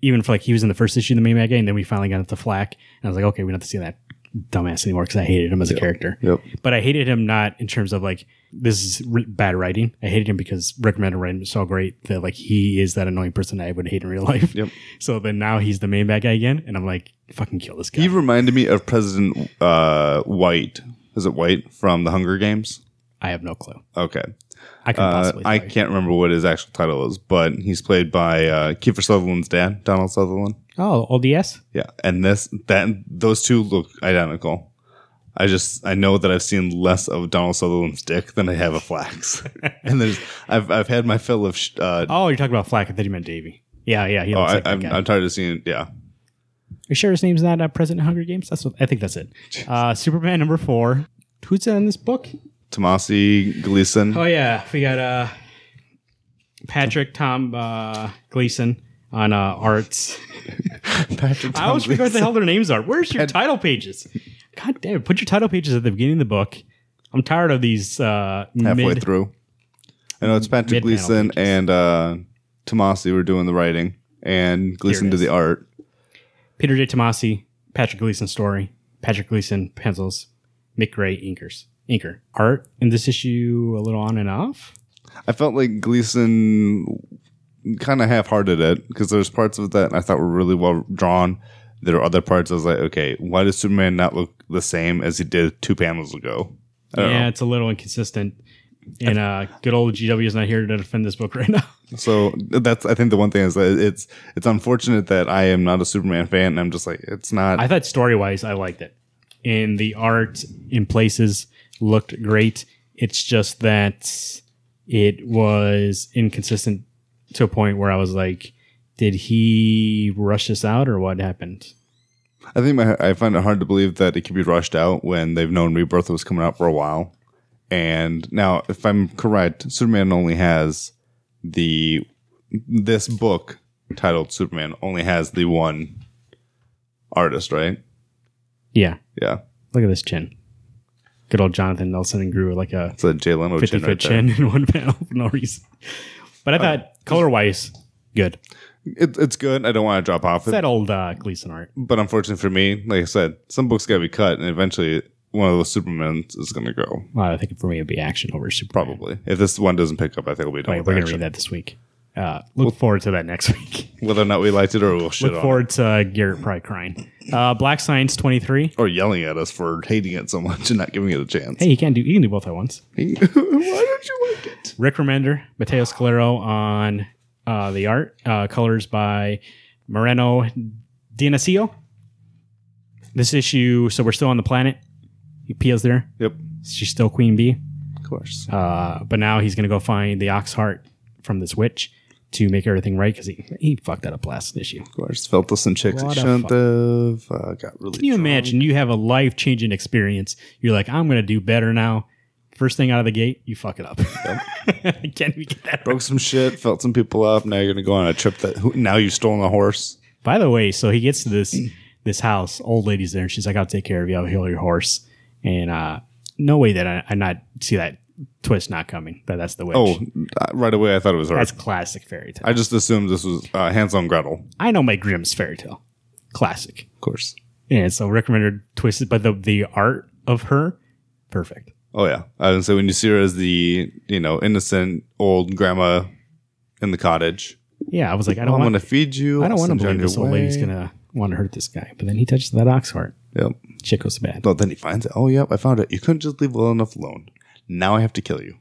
Even for like he was in the first issue of the main bad guy, and then we finally got into Flack, and I was like, okay, we don't have to see that dumbass anymore because I hated him as a character.
Yep.
But I hated him not in terms of like this is r- bad writing. I hated him because Rick Mandarin is so great that like he is that annoying person I would hate in real life.
Yep.
So then now he's the main bad guy again, and I'm like, fucking kill this guy.
He reminded me of President uh, White. Is it White from the Hunger Games?
I have no clue.
Okay.
I can
Uh,
possibly.
I
tell you.
can't remember what his actual title is, but he's played by uh, Kiefer Sutherland's dad, Donald Sutherland.
oh, ODS.
Yeah, and this that those two look identical. I just I know that I've seen less of Donald Sutherland's dick than I have of Flax, and there's I've I've had my fill of. Sh- uh,
Oh, you're talking about Flack. I thought you meant Davy. Yeah, yeah. He
oh,
looks
I,
like that
I'm,
guy.
I'm tired of seeing. Yeah,
you sure his name's not uh, President Hunger Games? That's what I think. That's it. Uh, Superman number four. Who's in this book?
Tomasi Gleason.
Oh yeah, we got uh, Patrick Tom uh, Gleason on uh, arts.
Patrick
I always
Tom Gleason.
forget what the hell their names are. Where's your title pages? God damn it! Put your title pages at the beginning of the book. I'm tired of these uh,
halfway
mid.
through. I know it's Patrick
mid-panel
Gleason and uh, Tomasi were doing the writing, and Gleason did the art.
Peter J. Tomasi, Patrick Gleason story, Patrick Gleason pencils, Mick Gray inkers, inker art in this issue a little on and off.
I felt like Gleason kind of half-hearted it because there's parts of that I thought were really well drawn. There are other parts I was like, okay, why does Superman not look the same as he did two panels ago? I don't
yeah,
know.
it's a little inconsistent. And uh, good old GW is not here to defend this book right now.
So that's I think the one thing is that it's it's unfortunate that I am not a Superman fan. and I'm just like it's not.
I thought story wise, I liked it, and the art in places looked great. It's just that it was inconsistent to a point where I was like, "Did he rush this out, or what happened?"
I think my, I find it hard to believe that it could be rushed out when they've known Rebirth was coming out for a while. And now, if I'm correct, Superman only has the this book titled Superman only has the one artist, right?
Yeah,
Yeah,
look at this chin. Good old Jonathan Nelson and grew like a
it's a Jay Leno
fifty
chin
foot
right there. Oh,
chin in one panel for no reason. But I thought color wise, good.
It, it's good. I don't want to drop off
It's
it,
that old uh, Gleason art.
but unfortunately for me, like I said, some books got to be cut, and eventually one of those Supermans is going to go.
Well, I think for me it'd be action over super.
Probably, if this one doesn't pick up, I think we'll be done.
Wait,
with
we're gonna
action.
read that this week. Uh, look forward to that next week.
Whether or not we liked it or we'll shit
look
on it.
forward to uh, Garrett probably crying. Uh, Black Science twenty three.
or yelling at us for hating it so much and not giving it a chance.
Hey, you can do you can do both at once.
Why don't you like it?
Rick Remender, Mateo Scalero on uh, the art, uh, colors by Moreno D'Anasio. This issue, so we're still on the planet. He peels there.
Yep,
She's still Queen Bee,
of course.
uh, but now he's gonna go find the ox heart from this witch to make everything right because he he fucked that up last issue.
Of course. Felt us and chicks
What
that
a
shouldn't have. Uh, got really
Can you
drunk.
imagine you have a life changing experience? You're like, I'm going to do better now. First thing out of the gate, you fuck it up. Can we get that?
Broke some shit, felt some people up. Now you're going to go on a trip that who, now you've stolen a horse.
By the way, so he gets to this this house. Old lady's there, and she's like, "I'll take care of you. I'll heal your horse." And uh, no way that I, I not see that twist not coming. That that's the witch.
Oh, uh, right away I thought it was her.
that's classic fairy tale.
I just assumed this was uh, Hansel and Gretel.
I know my Grimm's fairy tale, classic.
Of course.
And so recommended twisted, but the the art of her, perfect.
Oh, yeah. Uh, so when you see her as the, you know, innocent old grandma in the cottage,
Yeah, I was like, I don't
I'm
want
going to feed you.
I don't want to
send you on
believe this
your
old lady's
way.
gonna want to hurt this guy, but then he touches that ox heart.
Yep.
Shit goes bad.
But then he finds it. Oh, yep, I found it. You couldn't just leave well enough alone. Now I have to kill you.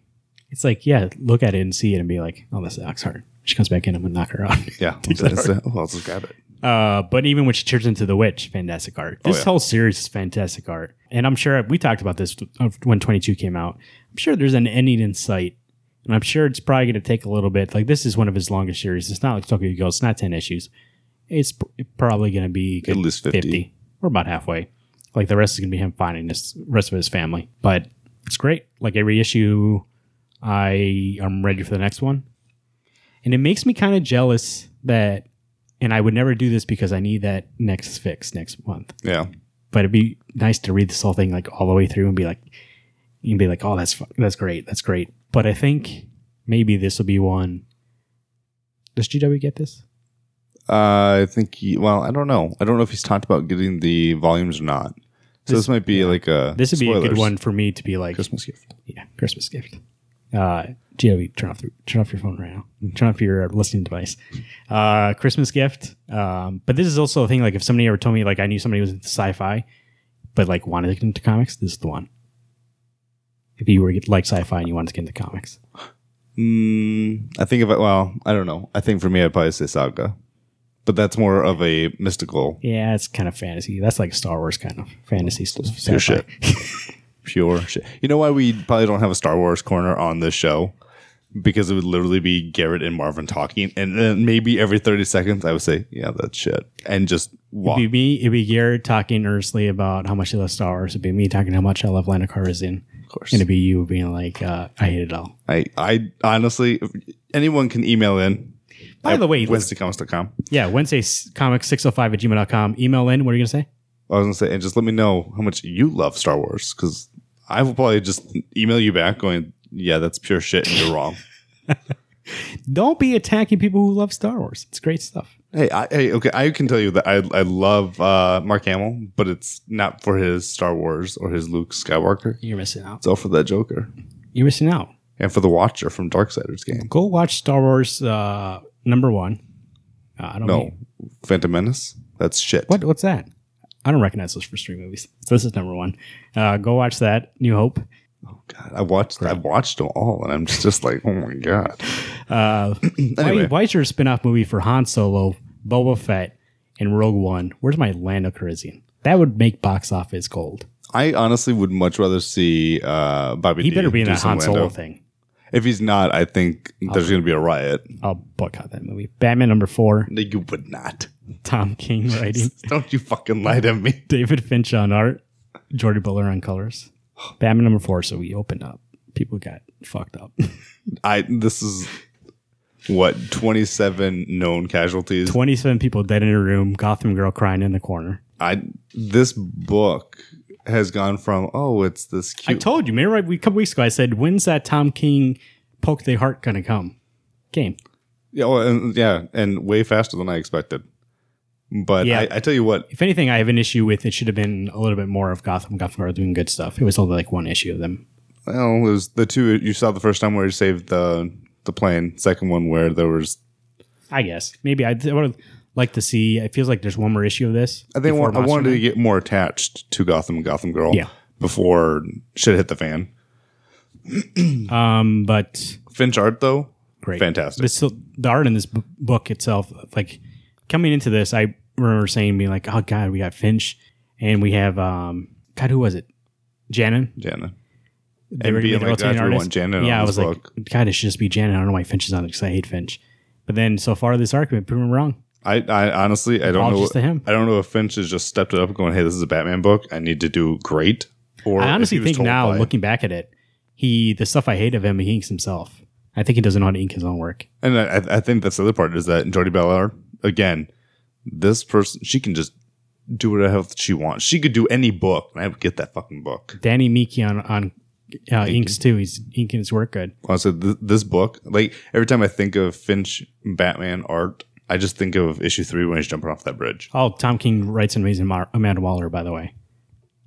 It's like, yeah, look at it and see it and be like, oh, that's the ox heart. She comes back in, I'm gonna knock her out.
Yeah. Instead, oh, I'll just grab it.
Uh, but even when she turns into the witch, fantastic art. This
yeah.
whole series is fantastic art, and I'm sure we talked about this when 22 came out. I'm sure there's an ending in sight, and I'm sure it's probably going to take a little bit. Like this is one of his longest series. It's not like Tokyo Ghoul. It's not 10 issues. It's pr- probably going to be good
At least 50.
We're about halfway. Like the rest is going to be him finding this rest of his family, but it's great. Like every issue, I am ready for the next one, and it makes me kind of jealous that and I would never do this because I need that next fix next month.
Yeah.
But it'd be nice to read this whole thing like all the way through and be like, you'd be like, oh, that's fu- that's great, that's great. But I think maybe this will be one. Does GW get this?
Uh, I think he, well, I don't know. I don't know if he's talked about getting the volumes or not. So this might be like a
This would be a good
spoilers.
one for me to be like
Christmas gift.
yeah, Christmas gift. Uh, GW, turn off turn off your phone right now. Turn off your listening device. Uh, Christmas gift. Um, but this is also a thing. Like, if somebody ever told me, like, I knew somebody was into sci-fi, but like wanted to get into comics, this is the one. If you were like sci-fi and you wanted to get into comics,
Mm, I think if I, well, I don't know. I think for me, I'd probably say Saga, but that's more of a mystical,
yeah, it's kind of fantasy. That's like Star Wars kind of fantasy stuff.
Pure shit. pure shit. You know why we probably don't have a Star Wars corner on this show? Because it would literally be Garrett and Marvin talking, and then maybe every thirty seconds I would say, "Yeah, that's shit," and just walk.
It'd be me. It'd be Garrett talking earnestly about how much he loves Star Wars. It'd be me talking how much I love Lana Carvazin.
of course,
And it'd be you being like, uh, I hate it all.
I, I honestly, if anyone can email in.
By
at
the way,
WednesdayComics.com.
Yeah, Wednesday comics 605 at gmail.com. Email in. What are you going to say?
I was gonna say, and just let me know how much you love Star Wars, because I will probably just email you back going, "Yeah, that's pure shit, and you're wrong."
Don't be attacking people who love Star Wars. It's great stuff.
hey, I, hey, okay, I can tell you that I I love uh, Mark Hamill, but it's not for his Star Wars or his Luke Skywalker.
You're missing out.
It's all for that Joker
You're missing out.
and for the Watcher from Darksiders game.
Go watch Star Wars uh, number one. Uh, I don't
No,
mean-
Phantom Menace. That's shit.
What, what's that? I don't recognize those first three movies. So this is number one. Uh, go watch that. New Hope.
God, I watched. I watched them all, and I'm just like, oh my god.
Uh,
Anyway.
why, why is your spin-off movie for Han Solo, Boba Fett, and Rogue One? Where's my Lando Calrissian? That would make box office gold.
I honestly would much rather see uh, Bobby.
He
D
better be in
do
that
some
Han Solo
Lando.
thing.
If he's not, I think there's going to be a riot.
I'll boycott that movie. Batman number four,
No, you would not.
Tom King writing,
Don't you fucking lie to me.
David Finch on art, Jordy Buller on colors. Batman number four, so we opened up. People got fucked up.
I. This is what 27 known casualties.
27 people dead in a room, Gotham girl crying in the corner.
I. This book has gone from oh, it's this
I
cute.
told you, remember we- a couple weeks ago, I said, when's that Tom King poke the heart going to come? Game.
yeah, well, and, yeah, and way faster than I expected. But
Yeah.
I, I tell you what,
If anything, I have an issue with it should have been a little bit more of Gotham. Gotham girl doing good stuff. It was only like one issue of them.
Well, it was the two you saw the first time where he saved the the plane. Second one where there was
I guess. Maybe I, I would like to see, it feels like there's one more issue of this.
I think I
before
want- I wanted
Monster
to get more attached to Gotham and Gotham Girl
Yeah.
before shit hit the fan.
Um, but
Finch art though,
great,
fantastic.
But still, the art in this b- book itself, like coming into this, I remember saying, being like, "Oh God, we got Finch, and we have um, God, who was it? Janin.
Jana.
They
And
were gonna
being
be the
like,
rotating
"God, we want
artist."
Janin
Yeah,
on
I was
this
like, God, it should just be Janin. I don't know why Finch is on it because I hate Finch. But then so far this arc, we've proven wrong.
I, I honestly I don't
Apologies
know
to him.
I don't know if Finch has just stepped it up going, Hey, this is a Batman book. I need to do great. Or
I
if
honestly
he was
think
told
now,
by-
looking back at it, he the stuff I hate of him, he inks himself. I think he doesn't know how to ink his own work.
and I, I- I think that's the other part is that Jordi Belair, again, this person she can just do whatever she wants. She could do any book, and I would get that fucking book.
Danny Miki on on uh, inks too. He's inking his work good.
honestly th- this book like every time i think of finch batman art i just think of issue three when he's jumping off that bridge
Oh, Tom King writes an amazing Mar- Amanda Waller, by the way.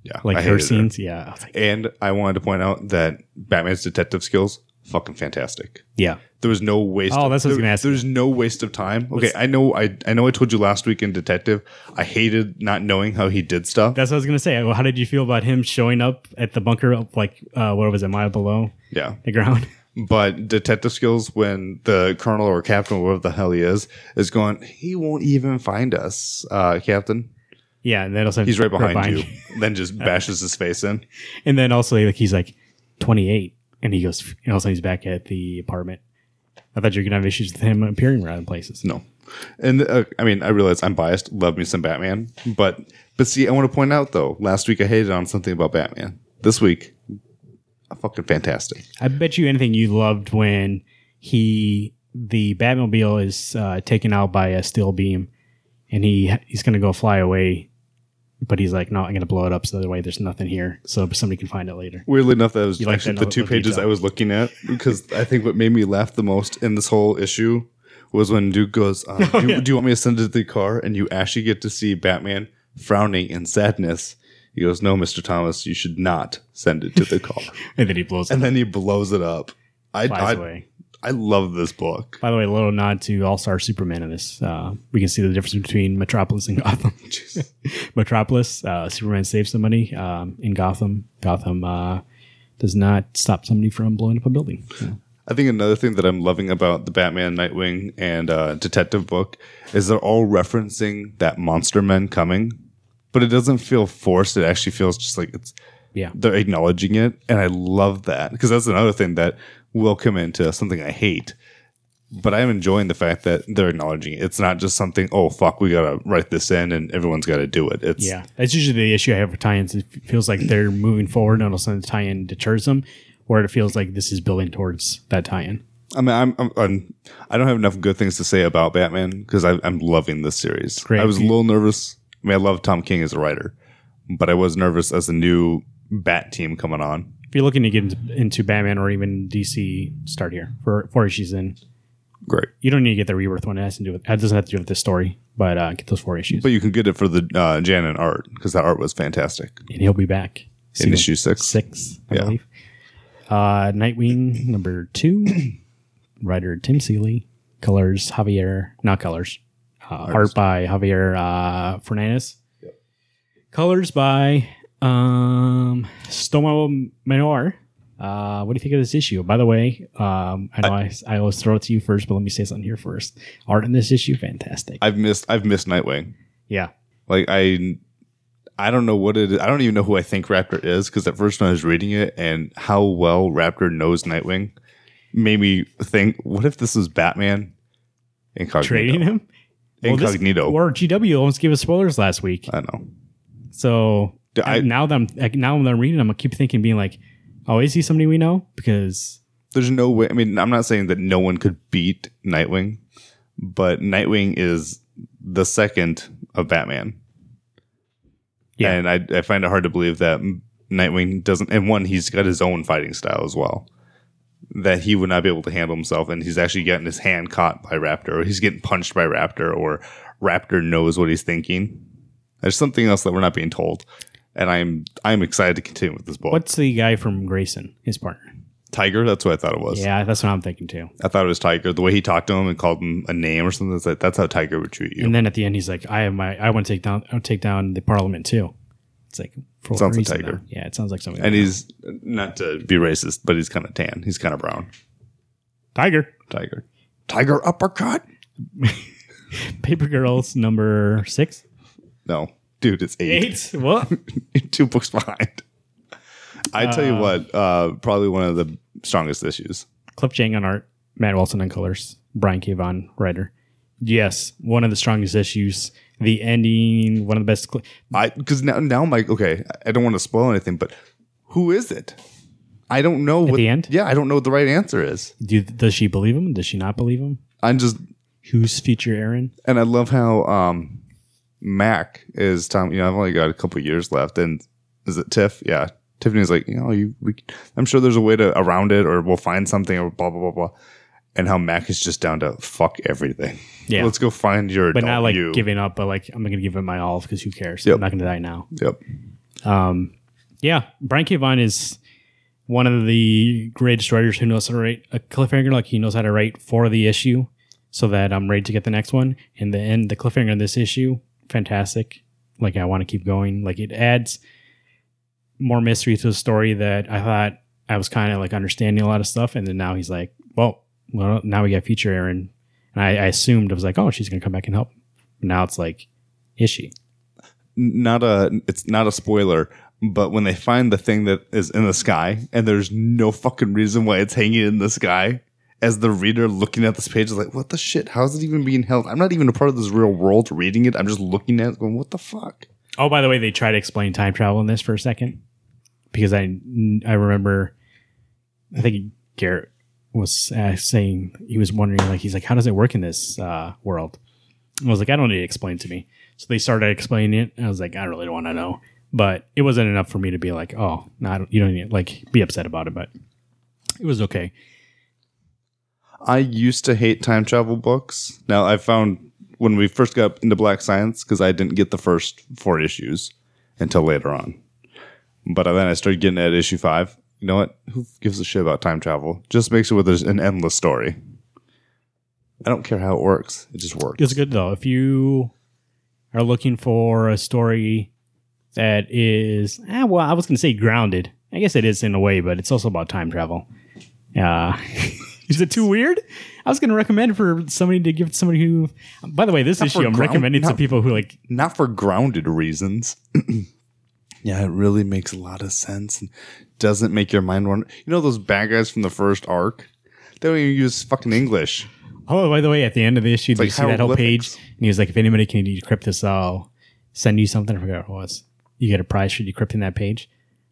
yeah
Like
I
her
hated it.
scenes, yeah, I was like,
and i wanted to point out that batman's detective skills fucking fantastic
yeah.
there was no waste
Oh,
of,
that's what I was
there-
gonna ask.
there's no waste of time okay i know I, I know i told you last week in detective i hated not knowing how he did stuff
That's what I was gonna say. Well, how did you feel about him showing up at the bunker, up like uh, what was it, mile below
yeah
the ground?
but detective skills when the colonel or captain whatever the hell he is is going he won't even find us uh captain
yeah, and then also
He's right behind, you. then just bashes his face in.
And then also like he's like twenty eight, and he goes, and all of a sudden he's back at the apartment. I thought you were gonna have issues with him appearing around places.
No. And uh, I mean, I realize I'm biased. Love me some Batman, but but see, I want to point out though. Last week I hated on something about Batman. This week, fucking fantastic.
I bet you anything you loved when he the Batmobile is uh, taken out by a steel beam, and he he's gonna go fly away, but he's like, no, I'm gonna blow it up so that way there's nothing here, so somebody can find it later.
Weirdly enough, that was
like
actually
that
the
note
two
of
pages
detail.
I was looking at because I think what made me laugh the most in this whole issue was when Duke goes, uh, do, you- "Do you want me to send it to the car?" And you actually get to see Batman frowning in sadness. He goes, "No, Mr. Thomas, you should not send it to the car."
And then he blows
and
and
then he blows it up. I
flies
I,
away.
I love this book.
By the way, a little nod to All Star Superman in this. Uh, we can see the difference between Metropolis and Gotham. Metropolis, uh, Superman saves somebody. Um, in Gotham, Gotham uh, does not stop somebody from blowing up a building. So,
I think another thing that I'm loving about the Batman, Nightwing, and uh, Detective book is they're all referencing that Monster Men coming, but it doesn't feel forced. It actually feels just like it's
yeah.
they're acknowledging it, and I love that because that's another thing that will come into something I hate. But I'm enjoying the fact that they're acknowledging it. It's not just something. Oh fuck, we gotta write this in, and everyone's gotta do it. It's
Yeah, that's usually the issue I have with tie-ins. It feels like they're moving forward, and all of a sudden the tie-in deters them, or it feels like this is building towards that tie-in.
I mean, I'm, I'm, I'm I don't have enough good things to say about Batman because I'm loving this series.
Great.
I was a little nervous. I mean, I love Tom King as a writer, but I was nervous as the new Bat team coming on.
If you're looking to get into, into Batman or even DC, start here for four issues in.
Great,
You don't need to get the rebirth one. It has to do with that doesn't have to do with this story, but uh, get those four issues,
but you can get it for the uh, Jan and art because that art was fantastic
and he'll be back.
in
Soon.
issue six.
six, I
Yeah.
believe. Uh, Nightwing number two, writer Tim Seeley, colors Javier, not colors, uh, art by Javier uh, Fernandez, colors by um, Stoma Menor. Uh, what do you think of this issue? By the way, um, I know I, I always throw it to you first, but let me say something here first. Art in this issue, fantastic.
I've missed I've missed Nightwing.
yeah,
Like I I don't know what it is. I don't even know who I think Raptor is because at first when I was reading it and how well Raptor knows Nightwing made me think, what if this was Batman? Incognito.
trading him. Well, this-
Incognito.
or GW almost gave us spoilers last week.
I know.
So
Do
I,
I-
now that I'm like, now that I'm reading, I'm gonna keep thinking, being like, "Oh, is he somebody we know?" Because
There's no way. I mean, I'm not saying that no one could beat Nightwing, but Nightwing is the second of Batman.
Yeah.
And I, I find it hard to believe that Nightwing doesn't. And one, he's got his own fighting style as well. That he would not be able to handle himself, and he's actually getting his hand caught by Raptor, or he's getting punched by Raptor, or Raptor knows what he's thinking. There's something else that we're not being told, and I'm I'm excited to continue with this book.
what's the guy from Grayson, his partner?
Tiger? That's what I thought it was.
Yeah, that's what I'm thinking too.
I thought it was Tiger. The way he talked to him and called him a name or something, it's like that's how Tiger would treat you.
And then at the end, he's like, "I have my, I want to take down, I want to take down the Parliament too." It's like for what
Sounds like
reason,
Tiger.
though? Yeah, it sounds like something.
And he's not to be racist, but he's kind of tan. He's kind of brown.
Tiger,
Tiger. Tiger uppercut?
Paper Girls number six,
No, dude, it's eight.
eight. What?
Two books behind. I tell you what, uh, probably one of the strongest issues.
Cliff Chang on art, Matt Wilson on colors, Brian K. Vaughan, writer. Yes, one of the strongest issues. The ending, one of the best. Cl-
I because now now I'm like, okay, I don't want to spoil anything, but who is it? I don't know what
the end?
Yeah, I don't know what the right answer is.
Do, does she believe him? Does she not believe him?
I'm just
Who's future Aaron?
and I love how um, Mac is Tom. You know, I've only got a couple years left, and is it Tiff? Yeah, Tiffany's like, you know, you. We, I'm sure there's a way to around it, or we'll find something, or blah blah blah blah. And how Mac is just down to fuck everything.
Yeah.
let's go find your.
But not like
you.
giving up, but like I'm gonna give it my all because who cares?
Yep.
I'm not gonna die now.
Yep.
Um, yeah, Brian K. Vaughan is one of the greatest writers who knows how to write a cliffhanger. Like he knows how to write for the issue, so that I'm ready to get the next one. And the end, the cliffhanger of this issue, fantastic. Like I want to keep going. Like it adds more mystery to the story that I thought I was kind of like understanding a lot of stuff, and then now he's like, well, well, now we got future Aaron, and I, I assumed I was like, oh, she's gonna come back and help. Now it's like, is she?
N- Not a. It's not a spoiler. But when they find the thing that is in the sky, and there's no fucking reason why it's hanging in the sky, as the reader looking at this page is like, what the shit? How is it even being held? I'm not even a part of this real world reading it. I'm just looking at it going, what the fuck?
Oh, by the way, they try to explain time travel in this for a second because I I remember I think Garrett was uh, saying he was wondering like he's like how does it work in this uh, world? I was like I don't need to explain to me. So they started explaining it. and I was like I really don't want to know, but it wasn't enough for me to be like oh no I don't, you don't need to, like be upset about it, but it was okay.
I used to hate time travel books. Now I found when we first got into Black Science, because I didn't get the first four issues until later on. But then I started getting at issue five. You know what? Who gives a shit about time travel? Just makes it where there's an endless story. I don't care how it works. It just works.
It's good though. If you are looking for a story that is, eh, well, I was going to say grounded. I guess it is in a way, but it's also about time travel. Uh, is it too weird? I was going to recommend for somebody to give it to somebody who. By the way, this issue
for
I'm
ground-
recommending to
not-
people who like.
Not for grounded reasons. yeah, it really makes a lot of sense and doesn't make your mind run. You know those bad guys from the first arc? They don't even use fucking English.
Oh, by the way, at the end of the issue, did
like
you see that whole page,
hieroglyphics.
and he was like, "If anybody can decrypt this, I'll send you something." I forgot what it was. You get a prize for decrypting that page.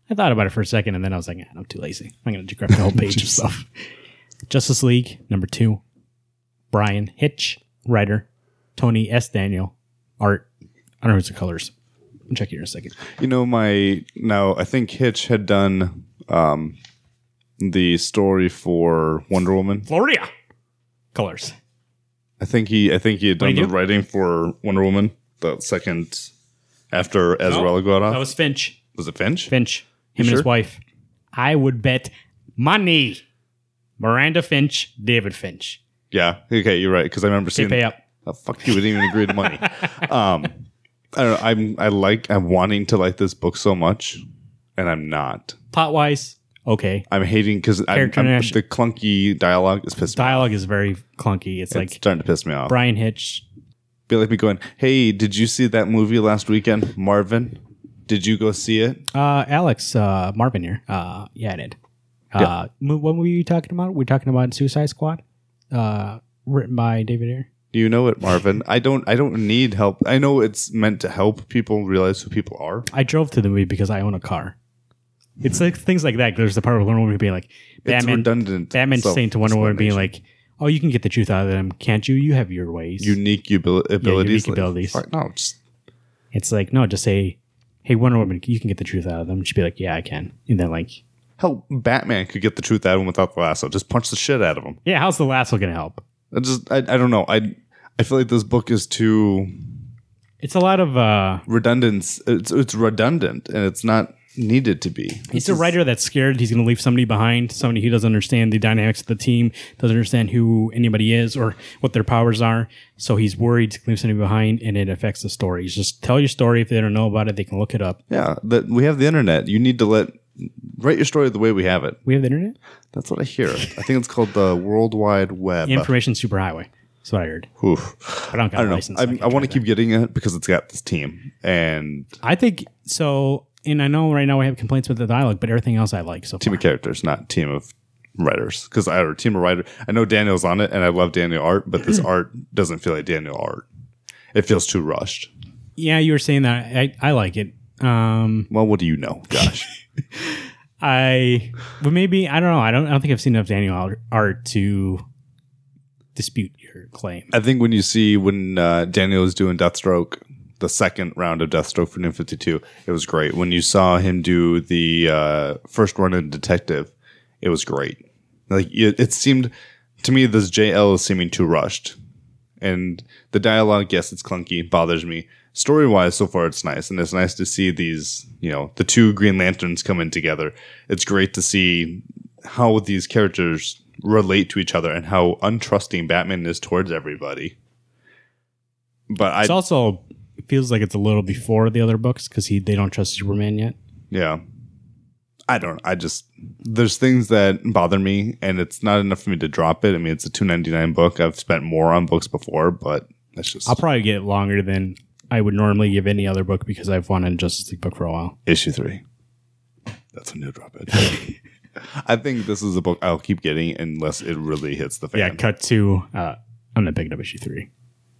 I thought about it for a second, and then I was like, ah, "I'm too lazy. I'm going to decrypt the whole page of stuff." Justice League number two, Brian Hitch, writer, Tony S. Daniel, art. I don't know who's the colors. I'll check here in a second.
You know, my now I think Hitch had done um, the story for Wonder Woman.
Florida colors.
I think he I think he had
What do
done the
you do?
writing for Wonder Woman, the second after Azarella got
That
off. Was,
was Finch.
it Finch?
Finch, him and
sure?
his wife. I would bet money. Miranda Finch, David Finch.
Yeah. Okay, you're right. Because I remember
They
seeing
pay up.
Oh, fuck you! We didn't even agree to money. um, I don't know. I'm I like I'm wanting to like this book so much, and I'm not.
Plot wise, okay.
I'm hating because I'm,
Character
I'm-
interaction.
the clunky dialogue is pissed. me off.
Dialogue is very clunky. It's
It's
like
starting to piss me off.
Brian Hitch.
Be like me going, "Hey, did you see that movie last weekend, Marvin? Did you go see it?
Uh, Alex uh, Marvin here. Uh, yeah, I did. Uh, mo- What were you talking about? We're talking about Suicide Squad, uh, written by David Ayer.
Do you know it, Marvin? I don't. I don't need help. I know it's meant to help people realize who people are.
I drove to the movie because I own a car. It's like things like that. There's the part of Wonder Woman being like,
It's
Batman,
redundant.
Batman
self-
saying to Wonder Woman, being
explanation.
like, "Oh, you can get the truth out of them, can't you? You have your ways."
unique abili- abilities. like,
abilities.
fuck, no, just
it's like no, just say, "Hey, Wonder Woman, you can get the truth out of them." She'd be like, "Yeah, I can." And then like,
Hell, Batman could get the truth out of him without the lasso. Just punch the shit out of him.
"Yeah, how's the lasso gonna help?"
I just, I, I don't know. I, I feel like this book is too
It's a lot of. uh
redundant. It's, it's redundant, and it's not needed to be.
He's a writer that's scared he's going to leave somebody behind, somebody who doesn't understand the dynamics of the team, doesn't understand who anybody is or what their powers are. So he's worried to leave somebody behind, and it affects the story. He's Just tell your story. If they don't know about it, they can look it up.
Yeah, that we have the internet. You need to let write your story the way we have it.
We have the internet,
That's what I hear. I think it's called the World Wide Web.
information superhighway. That's what I heard.
Oof.
But I don't got
I
a
don't know.
license.
I'm,
can't
I want to
drive that.
keep getting it because it's got this team, and
I think so. And I know right now I have complaints with the dialogue, but everything else I like so
team
far.
of characters, not team of writers. Because I or team of writer, I know Daniel's on it, and I love Daniel art, but this art doesn't feel like Daniel art. It feels too rushed.
Yeah, you were saying that. I, I like it. Um,
Well, what do you know? Gosh,
I but maybe I don't know. I don't. I don't think I've seen enough Daniel art to dispute your claim.
I think when you see when uh, Daniel was doing Deathstroke, the second round of Deathstroke for New Fifty Two, it was great. When you saw him do the uh, first run in Detective, it was great. Like it, it seemed to me, this JL is seeming too rushed. and the dialogue yes it's clunky bothers me story wise so far it's nice and it's nice to see these you know the two green lanterns come in together it's great to see how these characters relate to each other and how untrusting batman is towards everybody but i
It's also it feels like it's a little before the other books because he they don't trust Superman yet.
Yeah. I don't I just there's things that bother me and it's not enough for me to drop it. I mean it's a two ninety nine book. I've spent more on books before, but that's just
I'll probably get it longer than I would normally give any other book because I've wanted Justice League book for a while.
issue three. That's when you drop it. I think this is a book I'll keep getting unless it really hits the fan.
Yeah, cut to uh, I'm not picking up issue three.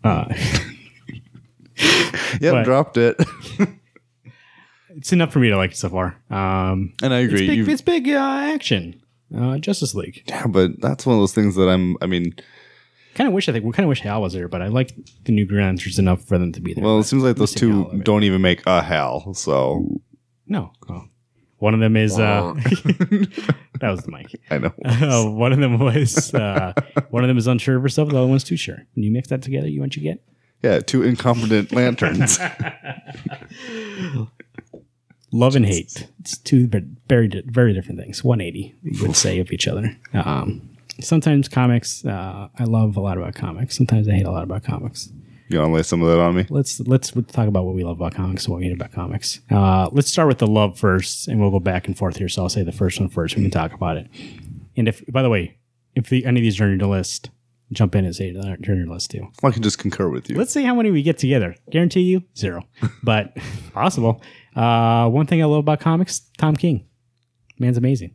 Uh,
Yep,
but-
dropped it.
it's enough for me to like it so far. Um,
and I agree.
It's big,
you-
it's big uh, action. Uh, Justice League.
yeah, but that's one of those things that I'm I mean,
Kind of wish I think we kind of wish Hal was there, but I like the new Green Lanterns enough for them to be there.
well, it seems like those
Missing out
two
of it.
don't even make a Hal, so
no, Oh. one of them is uh, that was the mic.
I know.
Uh, one of them was uh, one of them is unsure of herself. The other one's too sure. When you mix that together, you know what you get.
Yeah, two incompetent lanterns.
love and hate. It's two ver- very di- very different things. One eighty you would say of each other. Um, sometimes comics. Uh, I love a lot about comics. Sometimes I hate a lot about comics.
You want to lay some of that on me?
Let's let's talk about what we love about comics and what we hate about comics. Uh, let's start with the love first, and we'll go back and forth here. So I'll say the first one first. We can talk about it. And if by the way, if the, any of these are on your list, jump in and say they're on your list too.
I can just concur with you.
Let's see how many we get together. Guarantee you zero, but possible. Uh, one thing I love about comics: Tom King, man's amazing.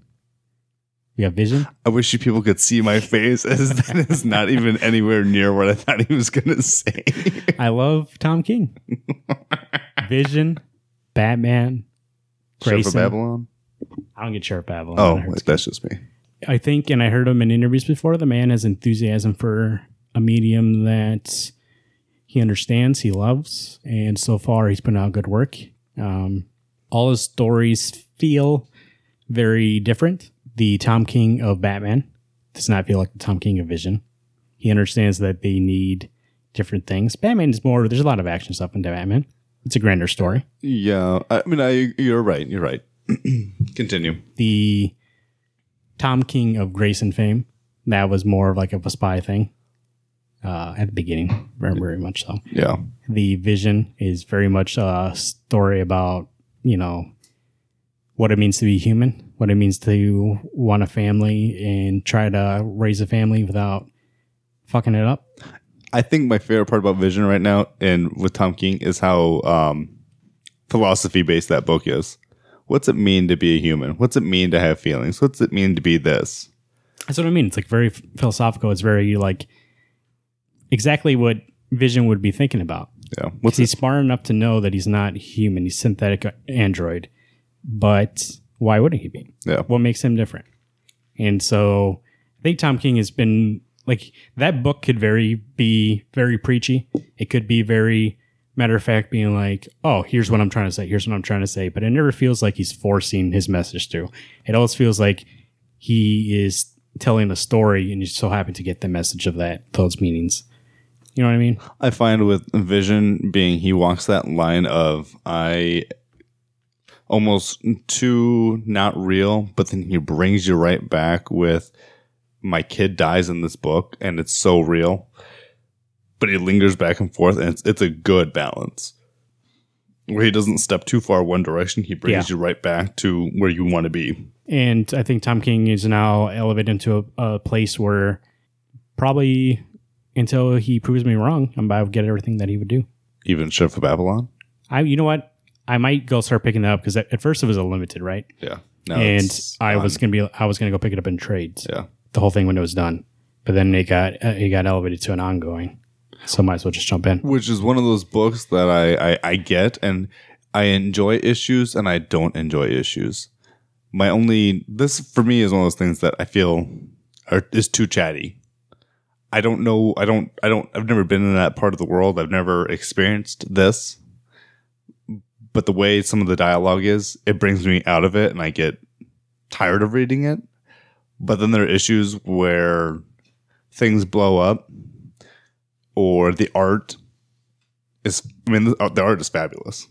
We got Vision.
I wish you people could see my face as that is not even anywhere near what I thought he was going to say.
I love Tom King. Vision, Batman,
Sheriff of
Grayson.
Babylon?
I don't get Sheriff Babylon. I
Oh,
heard it's
that's just me.
I think, and I heard him in interviews before, the man has enthusiasm for a medium that he understands, he loves, and so far he's putting out good work. Um, all his stories feel very different. The Tom King of Batman does not feel like the Tom King of Vision. He understands that they need different things. Batman is more, there's a lot of action stuff in Batman. It's a grander story.
Yeah, I mean, I you're right. You're right. Continue.
the Tom King of Grayson fame. That was more of like of a spy thing uh, at the beginning, very, very much so.
Yeah,
The Vision is very much a story about you know what it means to be human, what it means to want a family and try to raise a family without fucking it up.
I think my favorite part about Vision right now, and with Tom King, is how um, philosophy based that book is. What's it mean to be a human? What's it mean to have feelings? What's it mean to be this?
That's what I mean. It's like very philosophical. It's very like exactly what Vision would be thinking about.
Yeah. What's
he's smart enough to know that he's not human. He's synthetic android, but why wouldn't he be?
Yeah.
What makes him different? And so I think Tom King has been like that book could very be very preachy. It could be very matter of fact, being like, "Oh, here's what I'm trying to say. Here's what I'm trying to say." But it never feels like he's forcing his message through. It always feels like he is telling a story, and you so happen to get the message of that those meanings. You know what I mean?
I find with Vision being he walks that line of I almost too not real, but then he brings you right back with my kid dies in this book and it's so real. But he lingers back and forth and it's it's a good balance. Where he doesn't step too far one direction, he brings you right back to where you want to be.
And I think Tom King is now elevated into a, a place where probably until he proves me wrong, I'm about to get everything that he would do.
Even Sheriff of Babylon.
I, you know what? I might go start picking that up because at, at first it was a limited, right?
Yeah. No,
and
Oh, it's
I
on.
was gonna be, I was gonna go pick it up in trades.
Yeah.
The whole thing when it was done, but then it got, uh, it got elevated to an ongoing. So might as well just jump in.
which is one of those books that I, I I get and I enjoy issues and I don't enjoy issues. My only this for me is one of those things that I feel are, is too chatty. I don't know. I don't. I don't. I've never been in that part of the world. I've never experienced this. But the way some of the dialogue is, it brings me out of it, and I get tired of reading it. But then there are issues where things blow up, or the art is I mean uh, the the art is fabulous.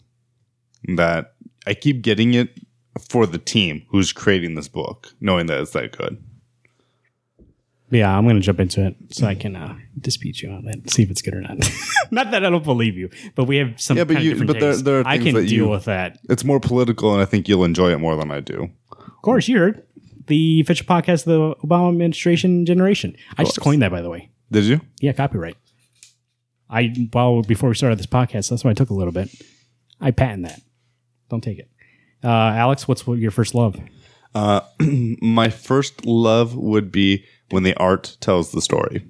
That I keep getting it for the team who's creating this book, knowing that it's that good.
Yeah, I'm gonna jump into it so I can uh, dispute you on that, see if it's good or not. not that I don't believe you, but we have some.
Yeah, but
kind
you-
of different
but there-
takes.
there are
I
things
can
that
deal
you-
with that.
It's more political, and I think you'll enjoy it more than I do.
Of course, you heard the official podcast of the Obama administration generation. I just coined that, by the way.
Did you?
Yeah, copyright. I well before we started this podcast, that's why I took a little bit. I patent that. Don't take it, uh, Alex. What's your first love?
Uh, my first love would be when the art tells the story.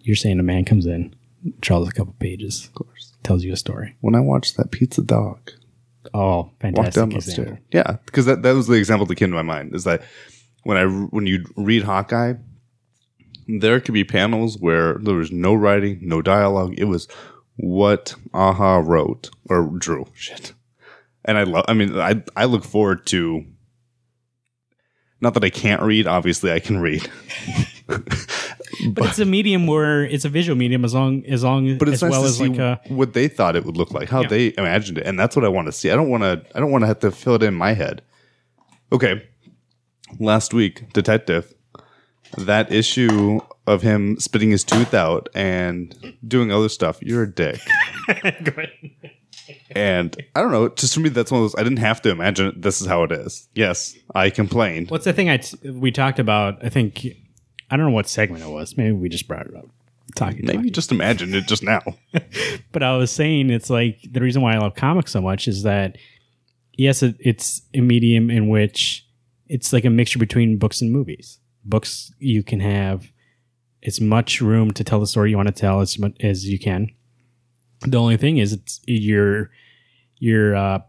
You're saying a man comes in, draws a couple pages, of
course.
tells you a story.
When I watched that pizza dog
Oh,
walk
fantastic
down the
example.
stairs, yeah, because that, that was the example that came to my mind is that when I when you read Hawkeye, there could be panels where there was no writing, no dialogue. It was what Aha wrote or drew. Shit. And I love. I mean, I I look forward to. Not that I can't read. Obviously, I can read.
but it's a medium where it's a visual medium as long as long
But
as
it's nice
well
to
as
see
like a
what they thought it would look like, how they imagined it, and that's what I want to see. I don't want to. I don't want to have to fill it in my head. Okay, last week, detective, that issue of him spitting his tooth out and doing other stuff. You're a dick. and I don't know. Just for me, that's one of those. I didn't have to imagine it. This is how it is. Yes, I complained.
what's the thing I t- we talked about? I think I don't know what segment it was. Maybe we just brought it up talking.
Maybe you just imagined it just now.
but I was saying it's like the reason why I love comics so much is that yes, it, it's a medium in which it's like a mixture between books and movies. Books you can have as much room to tell the story you want to tell as much as you can. The only thing is it's you're you're uh,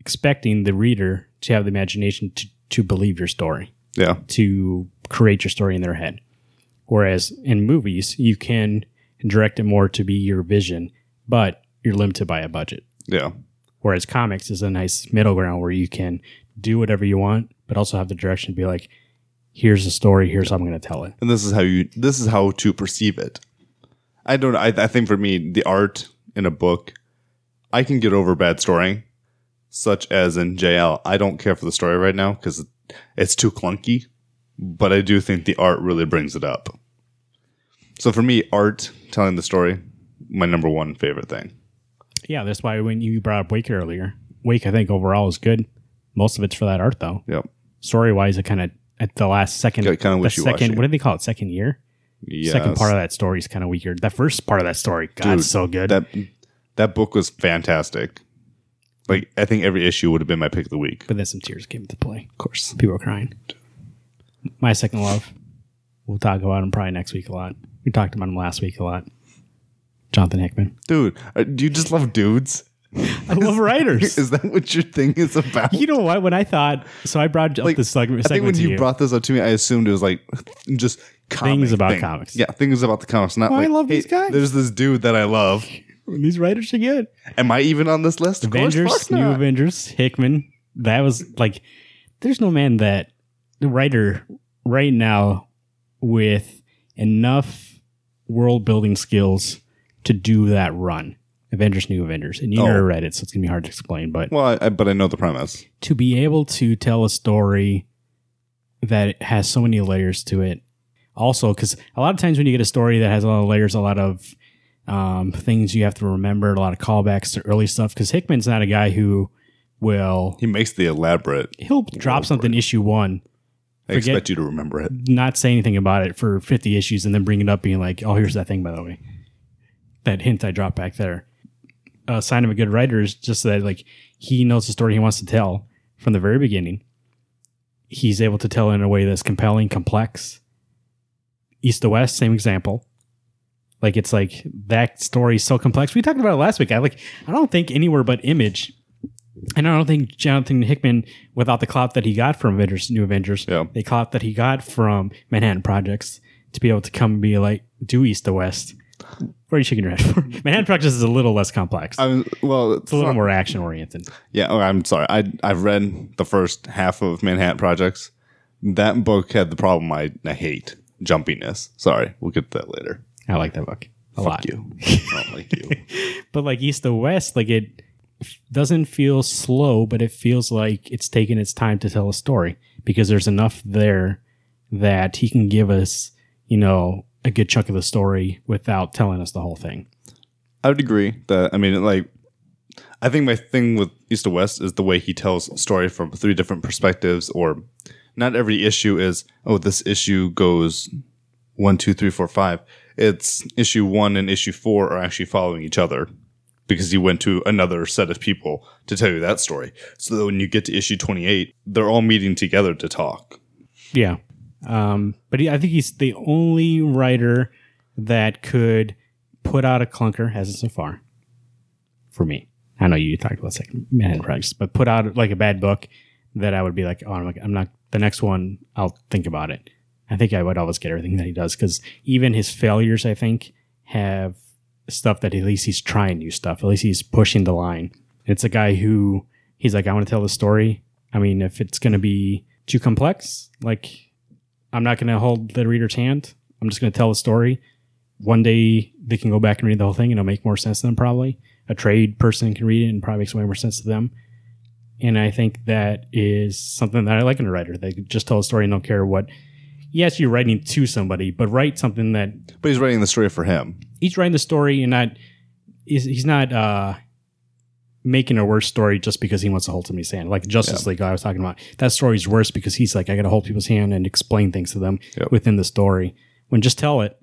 expecting the reader to have the imagination to, to believe your story
Yeah.
to create your story in their head. Whereas in movies, you can direct it more to be your vision, but you're limited by a budget.
Yeah.
Whereas comics is a nice middle ground where you can do whatever you want, but also have the direction to be like, here's the story, here's how I'm going to tell it.
and this is how you this is how to perceive it i don't I, I think for me the art in a book i can get over bad storying such as in jl i don't care for the story right now because it's too clunky but i do think the art really brings it up so for me art telling the story my number one favorite thing
Yeah, that's why when you brought up Wake earlier, Wake, I think overall is good. Most of it's for that art, though.
yep
Story wise, it kind of at the last second,
Got kinda
the
wishy-washy.
second, what do they call it? Second year?
yeah
Second part of that story is kind of weaker. That first part of that story, God,
Dude,
it's so good.
that that book was fantastic like i think every issue would have been my pick of the week
But then some tears came to play. Of course. People were crying. My second love. We'll talk about him probably next week a lot. We talked about him last week a lot. Jonathan Hickman.
dude uh, do you just love dudes
I love writers.
Is that what your thing is about?
you know what? When I thought, so I brought up this segment,
I think
segment
when
to
you,
you.
brought this up to me, I assumed it was like just comic
Things about
thing.
comics.
Yeah, things about the comics. Not
I
like,
love
hey,
these guys.
There's this dude that I love.
These writers are good.
Am I even on this list? Of course,
Avengers,
fuck
New
not.
Avengers, Hickman. That was like, there's no man that the writer right now with enough world building skills to do that run. Avengers, New Avengers, and you
Oh.
never read it, so it's gonna be hard to explain. But
Well, I, I- but I know the premise.
to be able to tell a story that has so many layers to it, also because a lot of times when you get a story that has a lot of layers, a lot of um, things you have to remember, a lot of callbacks to early stuff. Because Hickman's not a guy who will
He makes the elaborate.
he'll drop something issue one,
I
Forget-
expect you to remember it.
not say anything about it for fifty issues, and then bring it up, being like, "Oh, here's that thing by the way, that hint I dropped back there." A sign of a good writer is just that, like he knows the story he wants to tell from the very beginning. He's able to tell it in a way that's compelling, complex. East to West, same example. Like it's like that story is so complex. We talked about it last week. I like I don't think anywhere but Image, and I don't think Jonathan Hickman, without the clout that he got from Avengers, New Avengers,
Yeah.
the clout that he got from Manhattan Projects, to be able to come and be like do East to West. Where are you shaking your head for? Manhattan Projects is a little less complex.
I mean, well,
it's a little more action oriented.
Yeah, oh, I'm sorry. I I've read the first half of Manhattan Projects. That book had the problem I, I hate jumpiness. Sorry, we'll get to that later.
I like that book a lot.
Fuck you. I don't like you.
But like East to West, like it doesn't feel slow, but it feels like it's taking its time to tell a story because there's enough there that he can give us, you know, a good chunk of the story without telling us the whole thing.
I would agree that I mean like I think my thing with East to West is the way he tells a story from three different perspectives or not every issue is oh this issue goes one, two, three, four, five. It's issue one and issue four are actually following each other because he went to another set of people to tell you that story. So that when you get to issue twenty eight, they're all meeting together to talk.
Yeah. Um, but he, I think he's the only writer that could put out a clunker, hasn't so far, for me. I know you talked about second man projects, but put out like a bad book that I would be like, oh, I'm, like, I'm not the next one. I'll think about it. I think I would always get everything that he does because even his failures, I think, have stuff that at least he's trying new stuff. At least he's pushing the line. It's a guy who he's like, I want to tell the story. I mean, if it's going to be too complex, like I'm not going to hold the reader's hand. I'm just going to tell the story. One day they can go back and read the whole thing, and it'll make more sense to them probably. A trade person can read it and probably makes way more sense to them. And I think that is something that I like in a writer. They just tell a story and don't care what. Yes, you're writing to somebody, but write something that
But he's writing the story for him.
he's writing the story and not he's, he's not uh making a worse story just because he wants to hold somebody's hand like justice league i was talking about that story's worse because he's like i gotta hold people's hand and explain things to them
Yep.
within the story when just tell it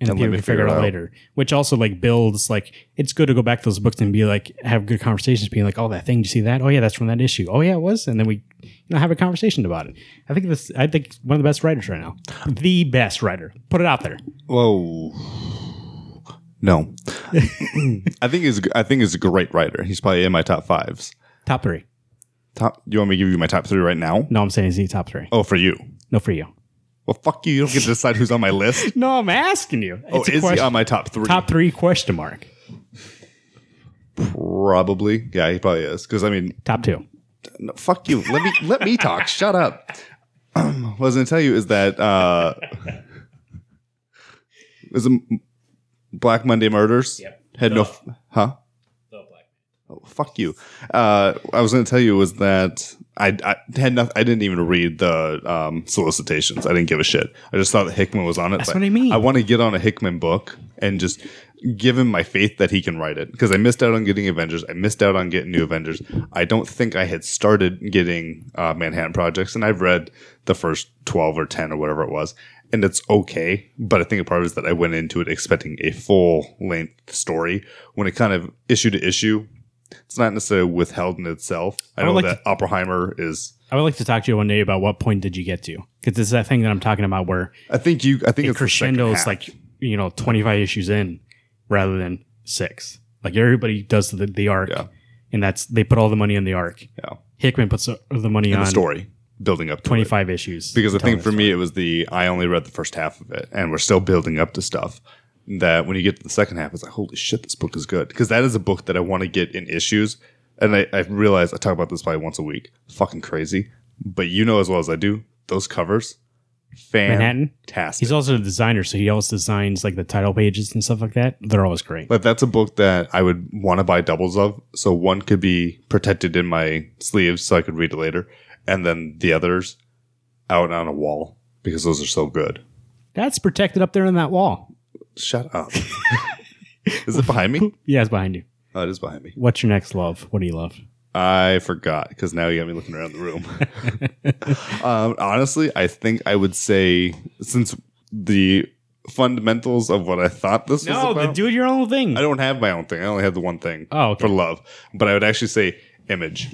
and,
And let
people
me
can figure it out later which also like builds like it's good to go back to those books and be like have good conversations being like oh that thing did you see that oh yeah that's from that issue oh yeah it was and then we you know have a conversation about it i think this i think one of the best writers right now the best writer put it out there
Whoa. No, I think he's I think he's a great writer. He's probably in my top fives.
top three
Top. You want me to give you my top three right now?
no i'm saying he's the top three
Oh, for you.
No, for you.
Well, fuck you. You don't get to decide who's on my list.
No, I'm asking you.
Oh,
It's a
is he
question-
on my top three?
top three question mark?
Probably. Yeah, he probably is. Because I mean,
Top two.
No, fuck you. Let me let me talk. Shut up. Um, what I was gonna tell you is that uh is it M- Black Monday Murders?
Yep.
Had no, f huh? Oh, fuck you. Uh I was gonna tell you was that I, I had nothing. I didn't even read the um, solicitations. I didn't give a shit. I just thought that Hickman was on it. That's
what I mean.
I want to get on a Hickman book and just give him my faith that he can write it because I missed out on getting Avengers. I missed out on getting New Avengers. I don't think I had started getting uh, Manhattan Projects, and I've read the first twelve or ten or whatever it was, and it's okay. But I think the part is that I went into it expecting a full length story when it kind of issue to issue. It's not necessarily withheld in itself. I,
I would
know
like
that Oppenheimer is.
I would like to talk to you one day about what point did you get to? Because it's that thing that I'm talking about where
I think you. I think
it
it's the second
crescendos
half.
like you know 25 issues in rather than six. Like everybody does the, the arc,
Yeah.
and that's they put all the money in the arc.
Yeah.
Hickman puts the money
the
on
story building up to it.
25 issues
because the
Tell
thing
us.
for me it was the I only read the first half of it and we're still building up to stuff that when you get to the second half it's like holy shit this book is good because that is a book that I want to get in issues and I, I realize I talk about this probably once a week fucking crazy but you know as well as I do those covers
Manhattan?
fantastic
He's also a designer, so he always designs like the title pages and stuff like that. They're always great.
But that's a book that I would want to buy doubles of. So one could be protected in my sleeves so I could read it later. And then the others out on a wall because those are so good.
That's protected up there in that wall.
Shut up. is it behind me?
Yeah, it's behind you.
Oh, it is behind me.
What's your next love? What do you love?
I forgot because now you got me looking around the room. um, honestly, I think I would say since the fundamentals of what I thought this
No,
was
the
about.
do your own thing.
I don't have my own thing. I only have the one thing
Oh, okay.
for love. But I would actually say image,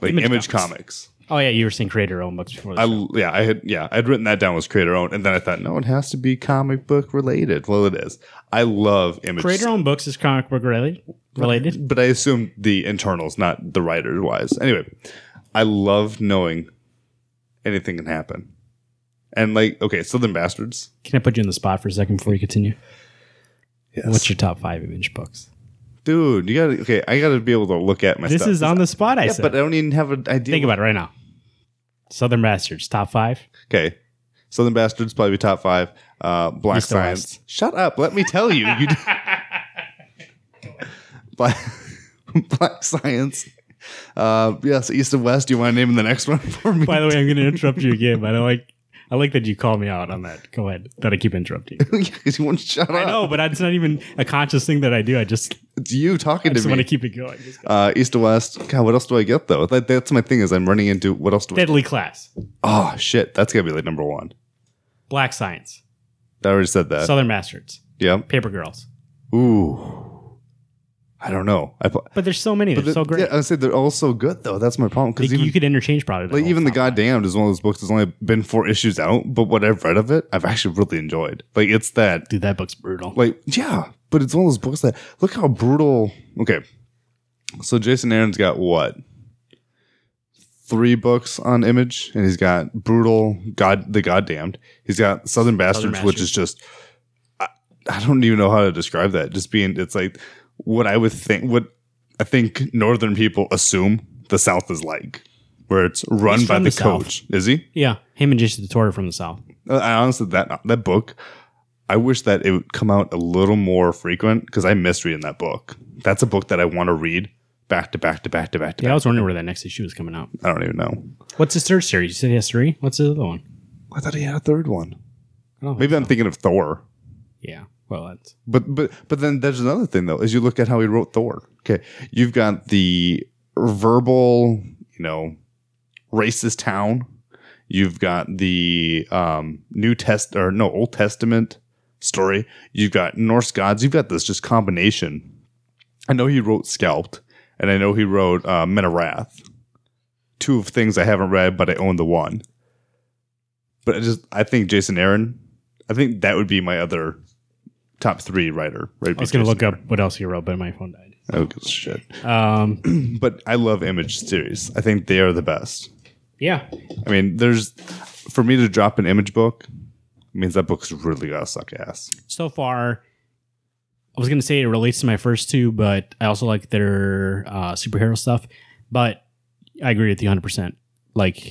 like
Image
image,
comics.
comics.
Oh yeah, you were saying create your own books before.
I
This.
yeah, I had yeah, I'd written that down as creator own, and then I thought no, it has to be comic book related. Well, it is. I love image,
create your own books is comic book related. Related.
but I assume the internals, not the writer wise. Anyway, I love knowing anything can happen, and like okay, Southern Bastards.
Can I put you in the spot for a second before you continue?
Yes,
What's your top five image books?
dude? You got to okay. I got to be able to look at my
This
stuff.
is on the spot. I
yeah,
said.
but uh, I don't even have an idea.
Think about it right now. Southern Bastards top five.
Okay. Southern Bastards probably top five. Uh, Black
still
Science. Shut up. Let me tell you. you Black, Black Science. Uh, yes, East and West. Do you want to name the next one for me?
By the way, I'm going to interrupt you again, but I like I like that you call me out on that. Go ahead. That I keep interrupting. you.
Because you won't shut
I
up.
know, but it's not even a conscious thing that I do. I just,
It's you talking
just
to
want to
me.
keep it going. Just go.
Uh, East to West. God, what else do I get though? That, that's my thing. Is I'm running into what else do I?
Deadly Class,
Oh shit, that's gotta be like number one.
Black Science,
I already said that.
Southern Bastards,
yep.
Paper Girls.
Ooh. I don't know. I, put-
But there's so many. They're
but
so
the-
great.
Yeah, I would say they're all so good though. That's my problem. Because
Like,
even
you could interchange probably.
Like
whole
even the
top.
goddamned is one of those books that's only been four issues out, but what I've read of it, I've actually really enjoyed. Like it's that
Dude, that book's brutal.
like yeah, but it's one of those books that look how brutal. Okay, so Jason Aaron's got what three books on Image, and he's got brutal God the goddamned. He's got Southern Bastards, which
Bastards.
is just I, I don't even know how to describe that. Just being it's like what I would think what I think Northern people assume the South is like. Where it's run
He's
by
from
the,
the South.
coach. Is he?
yeah, him and Jason Torre from the South.
Uh, I honestly that that book, I wish that it would come out a little more frequent because I miss reading that book. That's a book that I want to read back to back to back to back to.
Yeah, I
Back.
was wondering where that next issue was coming out.
I don't even know.
What's his third series? You said he has three. What's the other one?
I thought he had a third one.
I don't think-
Maybe I'm thinking of Thor.
Yeah. Well, that's
But but but then there's another thing though, is you look at how he wrote Thor. Okay. You've got the verbal, you know, racist town. You've got the um New Test or no Old Testament story. You've got Norse gods. You've got this just combination. I know he wrote Scalped, and I know he wrote uh, Men of Wrath. Two of things I haven't read, but I own the one. But I just I think Jason Aaron. I think that would be my other top three writer. Right?
I was gonna look up what else he wrote, but my phone died.
Oh good shit!
Um,
But I love Image series. I think they are the best.
yeah,
I mean, there's for me to drop an Image book means that book's really gonna suck ass.
so far i was going to say it relates to my first two but i also like their uh, superhero stuff but i agree with you 100% like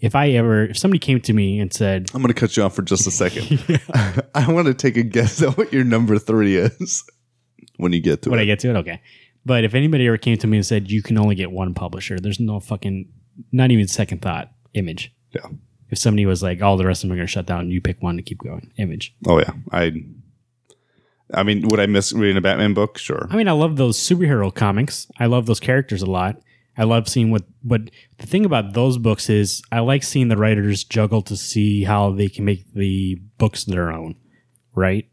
if i ever if somebody came to me and said
I'm gonna cut you off for just a second. I want to take a guess at what your number three is when you get to
when
it.
i get to it okay but if anybody ever came to me and said you can only get one publisher there's no fucking not even second thought image
Yeah.
if somebody was like all the rest of them are going to shut down you pick one to keep going image
oh yeah, I. I mean, would I miss reading a Batman book? Sure.
I mean, I love those superhero comics. I love those characters a lot. I love seeing what what the thing about those books is I like seeing the writers juggle to see how they can make the books their own, right?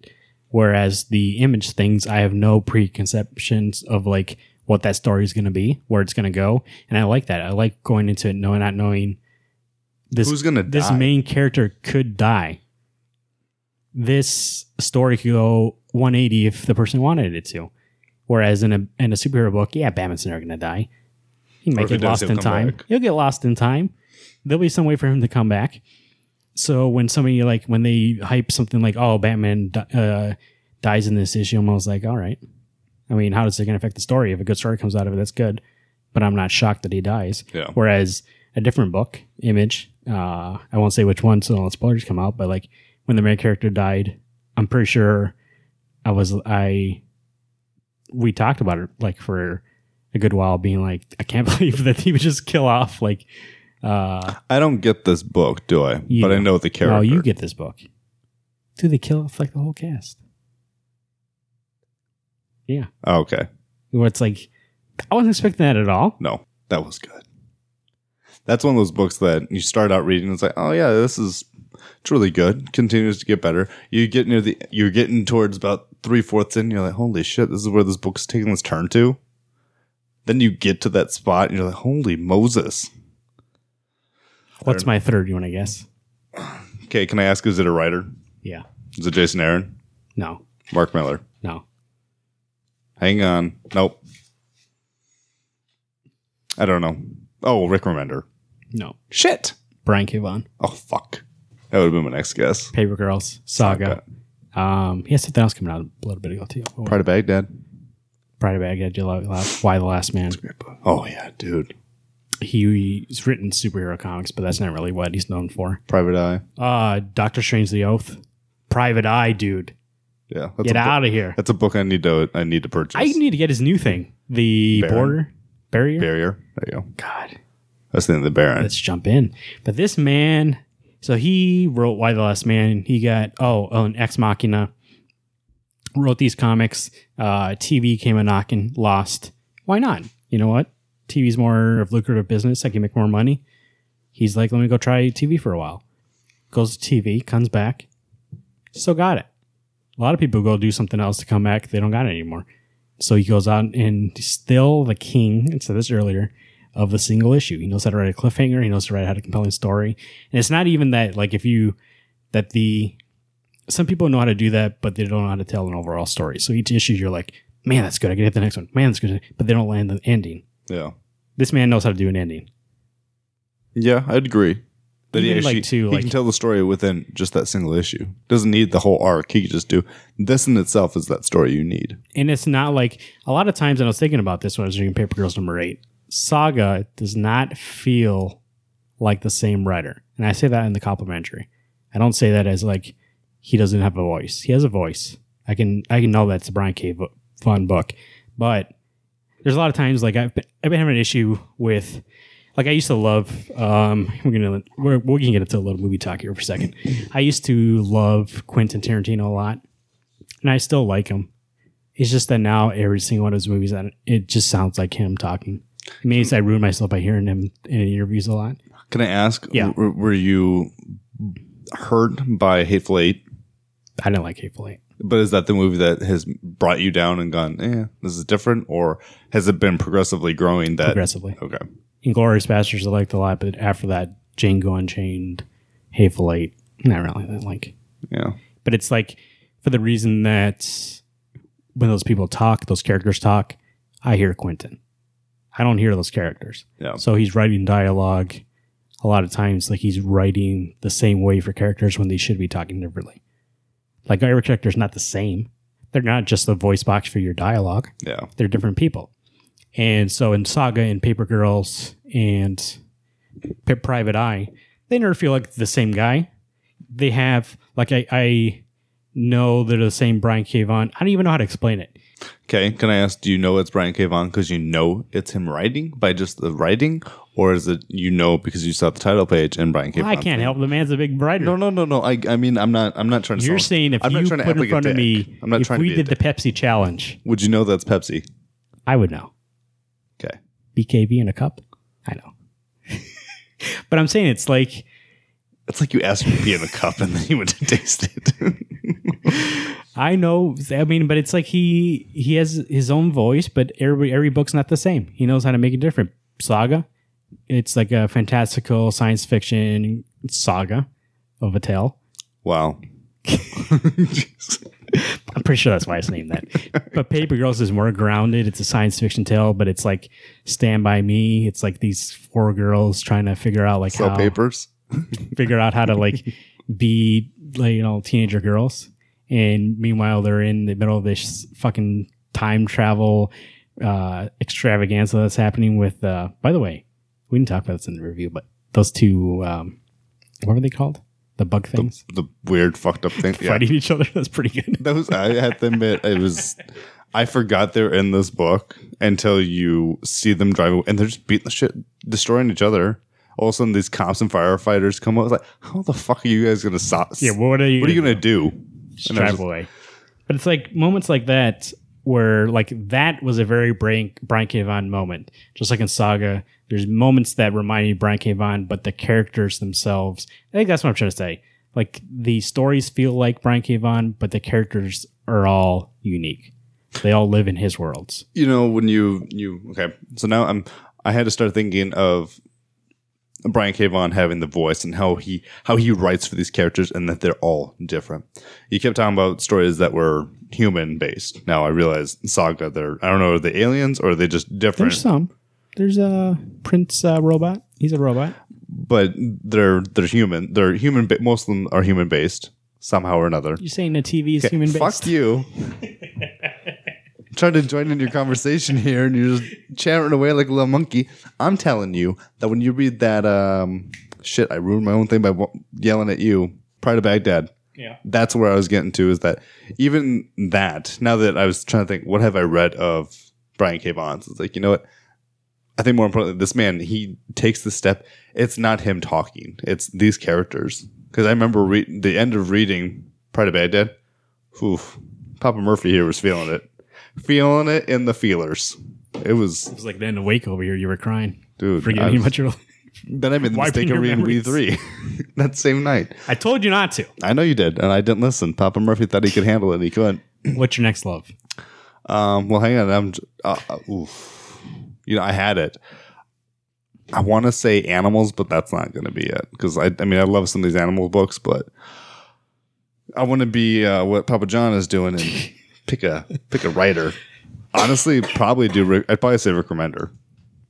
Whereas the image things, I have no preconceptions of like what that story is going to be, where it's going to go, and I like that. I like going into it knowing not knowing this
Who's gonna
this
die?
main character could die. This story could go 180 if the person wanted it to. Whereas in a in a superhero book, yeah, Batman's never gonna die. He
Or
might
if he
get
does,
lost
he'll
in
come
time.
back.
He'll get lost in time. There'll be some way for him to come back. So when somebody like when they hype something like, "Oh, Batman di- uh, dies in this issue," I'm always like, "All right." I mean, how does it gonna affect the story? If a good story comes out of it, that's good. But I'm not shocked that he dies.
Yeah.
Whereas a different book, Image, uh, I won't say which one, so no spoilers come out. But like when the main character died, I'm pretty sure I was I we talked about it like for a good while, being like, I can't believe that he would just kill off like. Uh,
I don't get this book, do I?
You
but I
don't.
know the character.
oh, you get this book. Do they kill off like the whole cast?
Oh, okay.
Where it's like, I wasn't expecting that at all.
No, that was good. That's one of those books that you start out reading. It's like, oh yeah, this is it's really good. Continues to get better. You get near the, you're getting towards about three fourths in. You're like, holy shit, this is where this book's taking this turn to. Then you get to that spot, and you're like, holy Moses.
What's my third? You want to guess?
Okay, can I ask? Is it a writer?
Yeah.
Is it Jason Aaron?
No.
Mark Miller?
No.
Hang on. Nope. I don't know. Oh, Rick Remender.
No.
Shit.
Brian K. Vaughan.
Oh fuck. That would have been my next guess.
Paper Girls, Saga. Um, he has something else coming out a little bit ago too. Oh,
Pride of Baghdad.
Pride of Baghdad, You Love- Love- Why the Last Man.
Oh yeah, dude.
He's written superhero comics, but that's not really what he's known for.
Private Eye.
Uh, Doctor Strange: The Oath, Private Eye, dude,
Yeah, that's
get
a Book,
out of here!
that's a book I need to I need to purchase.
I need to get his new thing, the
Baron?
border barrier.
Barrier. There you go.
God,
That's the name of the Baron.
let's jump in. But this man, so he wrote Why the Last Man. He got oh, oh an Ex Machina. Wrote these comics. Uh, TV came a knocking. Lost. Why not? You know what? TV's more of lucrative business. I can make more money. He's like, let me go try TV for a while. Goes to TV, comes back. So got it. A lot of people go do something else to come back. They don't got it anymore. So he goes out and still the king. I said this earlier of the single issue. He knows how to write a cliffhanger. He knows how to write out a compelling story. And it's not even that like if you that the some people know how to do that, but they don't know how to tell an overall story. So each issue you're like, man, that's good. I can hit the next one. Man, that's good. But they don't land the ending.
Yeah.
This man knows how to do an ending.
Yeah, I'd agree. That he
Even,
actually
like, too,
he
like-
can tell the story within just that single issue. Doesn't need the whole arc. He could just do this in itself is that story you need.
and it's not like a lot of times and i was thinking about this when i was reading paper girls number eight saga does not feel like the same writer and i say that in the complimentary i I don't say that as like he doesn't have a voice. He has a voice. I can I can know that's a Brian K. bu- fun book, but there's a lot of times like I've been, I've been having an issue with like I used to love. Um, we're gonna we're, we're gonna get into a little movie talk here for a second. I used to love Quentin Tarantino a lot, and I still like him. It's just that now every single one of his movies, I- it just sounds like him talking. Maybe it's I ruin myself by hearing him in interviews a lot.
Can I ask?
Yeah.
w- were you hurt by Hateful Eight?
I didn't like Hateful Eight.
But is that the movie that has brought you down and gone, eh, this is different? Or has it been progressively growing that?
Progressively,
Okay.
Inglorious Bastards I liked a lot, but after that, Django Unchained, Hateful Eight, not really. That like,
Yeah.
but it's like for the reason that when those people talk, those characters talk, I hear Quentin. I don't hear those characters.
Yeah.
So he's writing dialogue a lot of times, like he's writing the same way for characters when they should be talking differently. Like every character's not the same. They're not just the voice box for your dialogue.
Yeah.
They're different people. And so in Saga and Paper Girls and P- Private Eye, they never feel like the same guy. They have like I, I know they're the same Brian K. Vaughan. I don't even know how to explain it.
Okay. Can I ask, do you know it's Brian K. Vaughan because you know it's him writing by just the writing? Or is it you know because you saw the title page and Brian K.
I
Vaughan's
can't
name?
help the man's a big writer.
No, no, no, no. I, I mean, I'm not. I'm not trying to.
You're
sound-
saying if
I'm not
you
trying to
put
act
in
like a
front of
dick.
me,
I'm not
if
trying to
we
be a
did the Pepsi challenge,
Would you know that's Pepsi?
I would know.
Okay.
BKB in a cup. I know. but I'm saying it's like
It's like you asked me to be in a cup and then you went to taste it.
I know. I mean, but it's like he he has his own voice, but every every book's not the same. He knows how to make it different. Saga, it's like a fantastical science fiction saga of a tale.
wow.
I'm pretty sure that's why it's named that. but Paper Girls is more grounded. It's a science fiction tale, but it's like Stand by Me. It's like these four girls trying to figure out like
Sell
how
papers.
figure out how to like be like you know teenager girls and meanwhile they're in the middle of this fucking time travel uh extravaganza that's happening with uh by the way we didn't talk about this in the review but those two um what were they called the bug things
The weird fucked up thing. Yeah.
fighting each other that's pretty good
That was I had to admit it was I forgot they're in this book until you see them drive away and they're just beating the shit destroying each other. All of a sudden these cops and firefighters come up. It's like, how the fuck are you guys gonna stop?
yeah what are you
what are you gonna do?
Just
And I
drive
was just-
away. But it's like moments like that where like that was a very Brian, Brian K. Vaughan moment. Just like in Saga, there's moments that remind you of Brian K. Vaughan, but the characters themselves. I think that's what I'm trying to say. Like the stories feel like Brian K. Vaughan, but the characters are all unique. They all live in his worlds.
you know when you you okay so now i'm i had to start thinking of brian k Vaughan having the voice and how he how he writes for these characters and that they're all different you kept talking about stories that were human based now i realize in saga they're i don't know are they aliens or are they just different
There's some. There's a Prince uh, robot. He's a robot.
but they're they're human they're human ba- most of them are human based somehow or another
You're saying the TV is human based?
fuck you I'm Trying to join in your conversation here, and you're just chattering away like a little monkey. I'm telling you that when you read that, um, shit, I ruined my own thing by wa- yelling at you. Pride of Baghdad.
Yeah.
That's where I was getting to. Is that even that? Now that I was trying to think, what have I read of Brian K. Vaughan's? It's like you know what? I think more importantly, this man he takes the step. It's not him talking; it's these characters. Because I remember re- the end of reading Pride of Baghdad. Oof, Papa Murphy here was feeling it, feeling it in the feelers. It was,
It was like then awake over here. You were crying,
dude. I
forgetting
was-
what you're.
then I made the
wiping
mistake
your
of reading We
memories.
Three that same night.
I told you not to.
I know you did, and I didn't listen. Papa Murphy thought he could handle it, and he couldn't.
What's your next love?
Um, well, hang on. I'm. j- Uh, uh, oof. You know, I had it. I want to say animals, but that's not going to be it because I. I mean, I love some of these animal books, but I want to be uh, what Papa John is doing and pick a pick a writer. Honestly, probably do. Rick, I'd probably say Rick Remender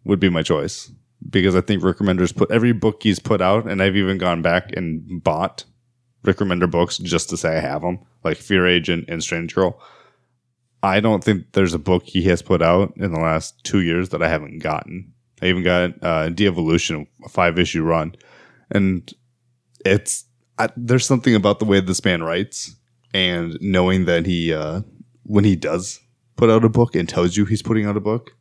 would be my choice because I think Rick Remender's put every book he's put out, and I've even gone back and bought Rick Remender books just to say I have them, like Fear Agent and Strange Girl. I don't think there's a book he has put out in the last two years that I haven't gotten. I even got uh, De Evolution, a five issue run, and it's I, there's something about the way this man writes and knowing that he uh, when he does put out a book and tells you he's putting out a book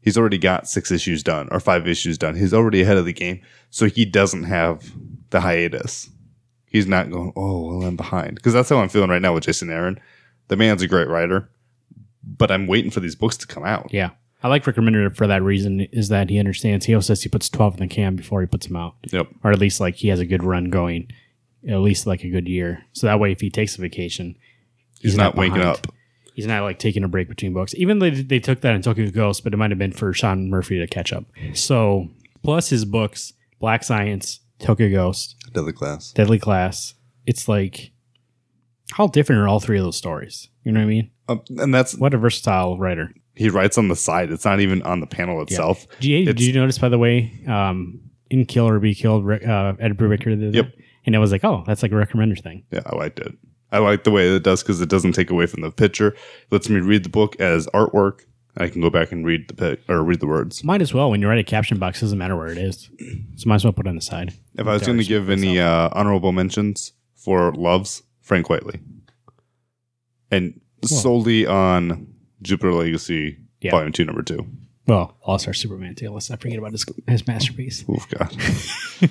he's already got six issues done or five issues done he's already ahead of the game so he doesn't have the hiatus he's not going oh well i'm behind because that's how i'm feeling right now with jason aaron the man's a great writer but i'm waiting for these books to come out
Yeah. I like Rick Remender for that reason is that he understands. He also says he puts 12 in the can before he puts them out,
yep
or at least like he has a good run going, at least like a good year. So that way, if he takes a vacation,
he's, not, waking
behind.
up
He's not like taking a break between books. Even they, they took that in Tokyo Ghost, but it might have been for Sean Murphy to catch up. So, plus his books, Black Science, Tokyo Ghost,
another class
Deadly Class, it's like, how different are all three of those stories? You know what I mean?
um, and that's
What a versatile writer.
he writes on the side it's not even on the panel itself
Do you, did
It's-
you notice, by the way, um, in Kill or Be Killed, Rick- uh, Ed Brubaker did that?
Yep.
And I was like, oh, that's like a recommender thing.
Yeah, I liked it. I like the way that it does because it doesn't take away from the picture. It lets me read the book as artwork. I can go back and read the pic- or read the words.
Might as well when you write a caption box, doesn't matter where it is. So might as well put it on the side.
If I was going to give any uh, honorable mentions for loves, Frank Whiteley, and solely on Jupiter Legacy
Yeah.
Volume Two, Number Two.
Well, All Star Superman too. Let's not forget about his his masterpiece.
Oh God,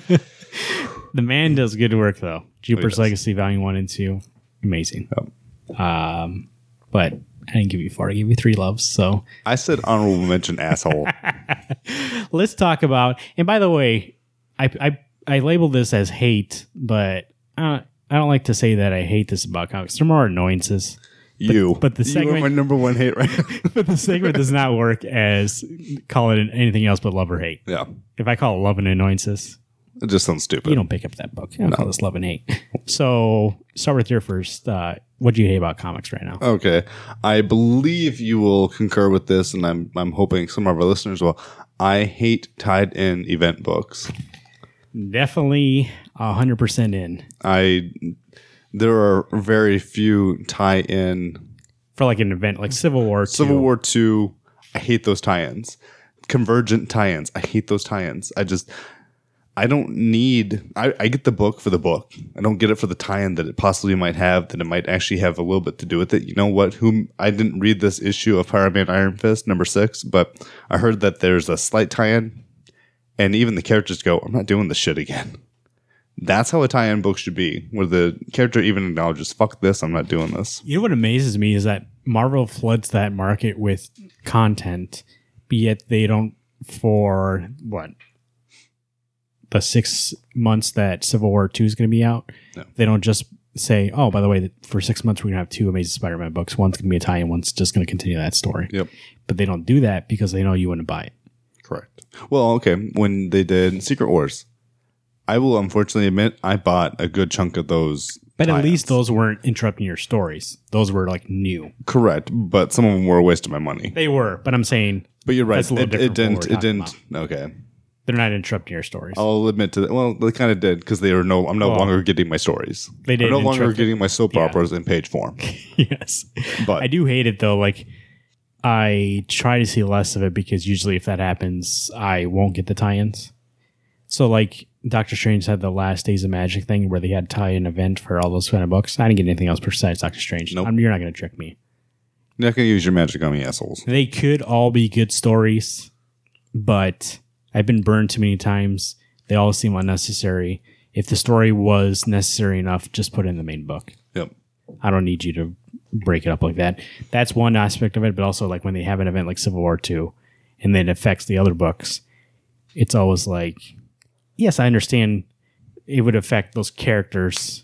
The man does good work though. Jupiter's
does.
Legacy Volume One and Two, amazing. Um, but I didn't give you four. I gave you three loves. So
I said honorable mention, asshole.
let's talk about and by the way i i, I labeled this as hate but uh, i don't like to say that i hate this about comics they're more annoyances
You,
but the
you are
segment-
my number one hate right now.
but the segment does not work as call it anything else but love or hate
yeah,
if i call it love and annoyances
it just sounds stupid.
you don't pick up that book i don't call this love and hate so start with your first uh, what do you hate about comics right now
Okay, I believe you will concur with this, and I'm I'm hoping some of our listeners will. I hate tied in event books.
definitely 100% in
I there are very few tie in
for like an event like civil war
Civil
II.
War Two. I hate those tie ins. Convergent tie ins. I hate those tie ins. I just I don't need. I, I get the book for the book. I don't get it for the tie-in that it possibly might have. That it might actually have a little bit to do with it. You know what? Whom I didn't read this issue of Iron Man Iron Fist number six, but I heard that there's a slight tie-in, and even the characters go, "I'm not doing this shit again." That's how a tie-in book should be, where the character even acknowledges, "Fuck this, I'm not doing this."
You know what amazes me is that Marvel floods that market with content, yet they don't for what the six months that Civil War Two is going to be out.
No.
They don't just say, "Oh, by the way, for six months we're going to have two Amazing Spider-Man books. One's going to be Italian, one's just going to continue that story."
Yep.
But they don't do that because they know you wouldn't buy it.
Correct. Well, okay. When they did Secret Wars, I will unfortunately admit I bought a good chunk of those.
But at
tie-ins.
least those weren't interrupting your stories. Those were like new.
Correct, but some of them were a waste of my money.
They were, but I'm saying
But you're right.
That's a little
it, it
different from
didn't.
what
It
we're
didn't. Okay,
they're not interrupting your stories.
I'll admit to that. Well, they kind of did because they are no. I'm no
Well,
longer getting my stories.
they
I'm
did
no longer
interrupt-
getting my soap
yeah.
operas in page form.
yes.
But
I do hate it though. Like I try to see less of it because usually if that happens, I won't get the tie-ins. So like Doctor Strange had the last Days of Magic thing where they had tie-in event for all those kind of books. I didn't get anything else besides Doctor Strange.
Nope.
I'm- you're not going to trick me.
you're not gonna use your magic on me, assholes.
They could all be good stories, but I've been burned too many times. They all seem unnecessary. If the story was necessary enough, just put it in the main book.
Yep.
I don't need you to break it up like that. That's one aspect of it, but also like when they have an event like Civil War Two, and then it affects the other books, it's always like, yes, I understand it would affect those characters,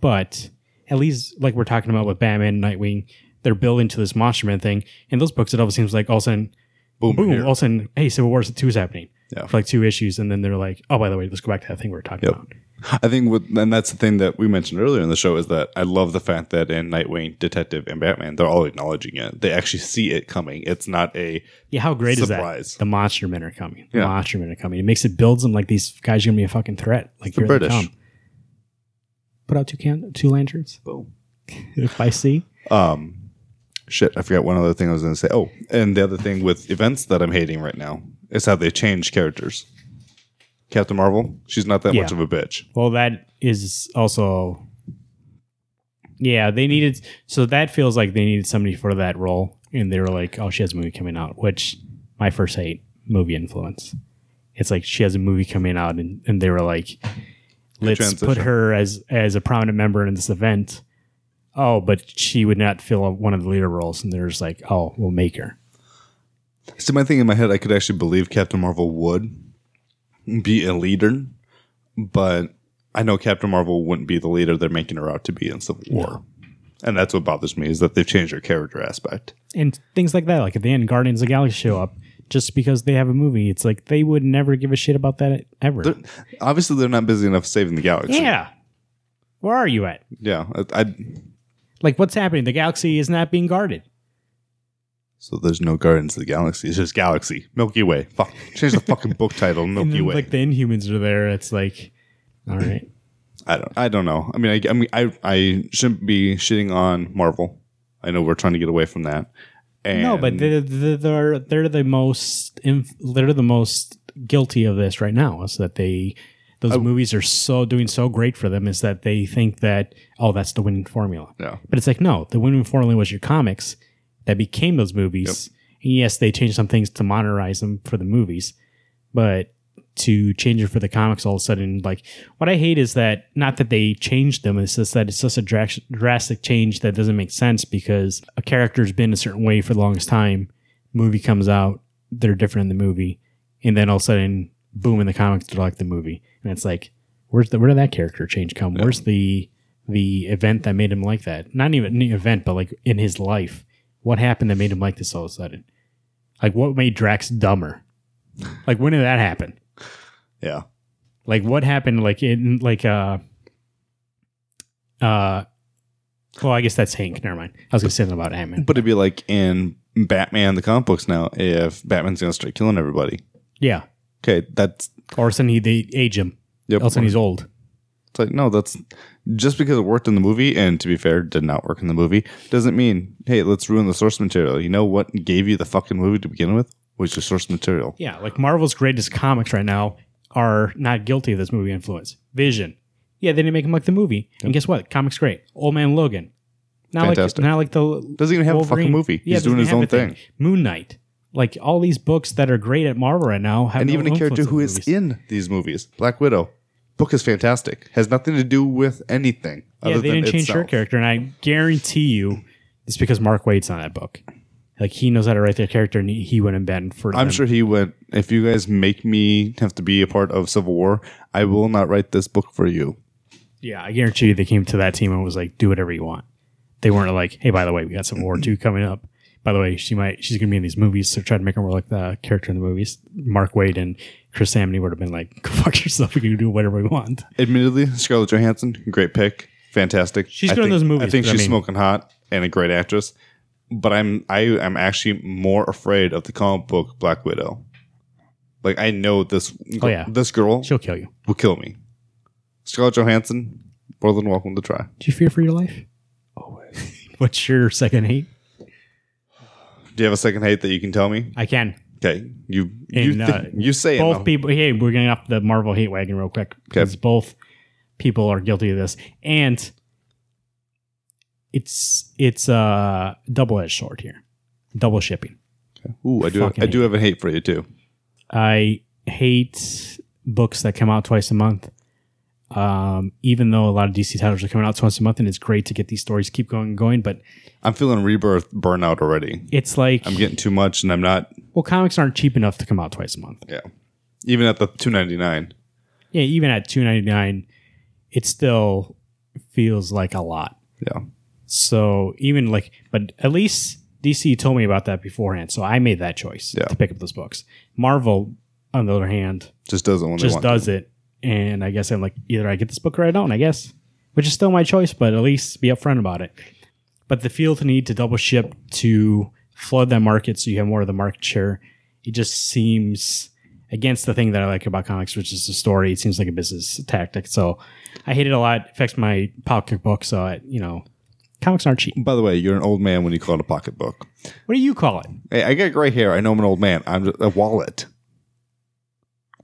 but at least like we're talking about with Batman, Nightwing, they're building to this Monster Man thing. In those books, it always seems like all of a sudden,
Boom.
boom,
here.
all of a sudden, hey, Civil War Two is happening
Yeah.
for like two issues, and then they're like, oh, by the way, let's go back to that thing we were talking
Yep.
about.
I think, what, and that's the thing that we mentioned earlier in the show is that I love the fact that in Nightwing, Detective, and Batman, they're all acknowledging it. They actually see it coming. It's not a
Yeah, how great is
Surprise.
that? The monster men are coming. The
Yeah.
monster men are coming. It makes it builds them like these guys are gonna be a fucking threat. Like
the
here they
British.
come. Put out two can two lanterns.
Boom.
If I see.
Um, shit, I forgot one other thing I was going to say. Oh, and the other thing with events that I'm hating right now is how they change characters. Captain Marvel. She's not that
Yeah.
much of a bitch.
Well, that is also. Yeah, they needed. So that feels like they needed somebody for that role. And they were like, oh, she has a movie coming out, which my first hate movie influence. It's like she has a movie coming out, and, and they were like, let's put
transition.
her as, as a prominent member in this event. Oh, but she would not fill one of the leader roles. And they're just like, oh, we'll make her.
So my thing in my head, I could actually believe Captain Marvel would be a leader, but I know Captain Marvel wouldn't be the leader they're making her out to be in Civil War, and that's what bothers me is that they've changed her character aspect.
and things like that. Like at the end, Guardians of the Galaxy show up just because they have a movie. It's like they would never give a shit about that ever.
Obviously, they're not busy enough saving the galaxy.
yeah. Where are you at?
yeah. I, I,
Like what's happening? The galaxy is not being guarded.
so there's no Guardians of the Galaxy. It's just Galaxy Milky Way. Fuck, change the fucking book title
And
Milky
then,
Way.
like the Inhumans are there. It's like, all right,
I don't. I don't know. I mean, I, I mean, I, I shouldn't be shitting on Marvel. I know we're trying to get away from that. And
no, but they're they're, they're the most inf- they're the most guilty of this right now. Is that they those movies are so doing so great for them? Is that they think that oh that's the winning formula.
no.
But it's like, no, the winning formula was your comics that became those movies. And yes, they changed some things to modernize them for the movies, but to change it for the comics all of a sudden, like what I hate is that not that they changed them, it's just that it's just a dras- drastic change that doesn't make sense because a character's been a certain way for the longest time. Movie comes out, they're different in the movie, and then all of a sudden, boom, in the comics they're like the movie, and it's like, where's the where did that character change come? Where's the the event that made him like that. Not even an event, but like in his life. What happened that made him like this all of a sudden? Like what made Drax dumber? Like when did that happen?
Yeah.
Like what happened like in like uh uh well I guess that's Hank, never mind. I was gonna say something about Ant Man.
But it'd be like in Batman the comic books now. If Batman's gonna start killing everybody,
Yeah.
okay, that's
Or sudden he they age him.
yep.
All of a sudden he's old.
It's like no, that's just because it worked in the movie, and to be fair, did not work in the movie, doesn't mean hey, let's ruin the source material. You know what gave you the fucking movie to begin with was your source material.
Yeah, like Marvel's greatest comics right now are not guilty of this movie influence. Vision. Yeah, they didn't make him like the movie. And guess what? Comics great. Old Man Logan. Not
Fantastic.
like not like the
Doesn't even have a
Wolverine.
fucking movie.
Yeah,
He's
doesn't
doing his
have
own
a
thing.
Moon Knight. Like all these books that are great at Marvel right now have
and
no
even a character
influence
who
on
is
movies.
in these movies. Black Widow book is fantastic. Has nothing to do with anything.
Yeah, they didn't change her
itself.
character, and I guarantee you it's because Mark Waid's on that book. Like he knows how to write their character and he, he wouldn't have been for
I'm
them.
sure he would. If you guys make me have to be a part of Civil War, I will not write this book for you.
Yeah, I guarantee you they came to that team and was like, do whatever you want. They weren't like, hey, by the way, we got some War Two coming up. By the way, she might she's gonna be in these movies, so try to make her more like the character in the movies. Mark Wade and Chris Samney would have been like, go fuck yourself, we can do whatever we want.
Admittedly, Scarlett Johansson, great pick, fantastic.
She's
I
good in
think-
those movies,
I think
but I
she's
mean-
smoking hot and a great actress. But I'm I am actually more afraid of the comic book Black Widow. Like I know this
Oh, yeah.
this girl
She'll kill you.
will kill me. Scarlett Johansson, more than welcome to try.
Do you fear for your life? Always. What's your second hate?
Do you have a second hate that you can tell me?
I can.
Okay, you you
And,
thi-
uh,
you say
both
it.
people. Hey, we're getting off the Marvel hate wagon real quick because both people are guilty of this, and it's it's uh, double edged sword here, double shipping.
Ooh, I do
Fucking
I do have a hate for you too.
I hate books that come out twice a month. Um, even though a lot of DC titles are coming out twice a month, and it's great to get these stories keep going and going, but
I'm feeling rebirth burnout already.
it's like
I'm getting too much, and I'm not.
well, comics aren't cheap enough to come out twice a month.
Yeah, even at the 2.99.
Yeah, even at two ninety nine, it still feels like a lot.
Yeah,
So even like, but at least DC told me about that beforehand, so I made that choice
Yeah.
to pick up those books. Marvel, on the other hand,
just doesn't when they
just
want.
does it, and I guess I'm like, either I get this book or I don't. I guess, which is still my choice, but at least be upfront about it. But the feel to need to double ship to flood that market so you have more of the market share, it just seems against the thing that I like about comics, which is the story. It seems like a business tactic. So I hate it a lot. It affects my pocketbook. So I, you know, comics aren't cheap.
By the way, you're an old man when you call it a pocketbook.
What do you call it?
Hey, I got gray hair. I know I'm an old man. I'm just, a wallet.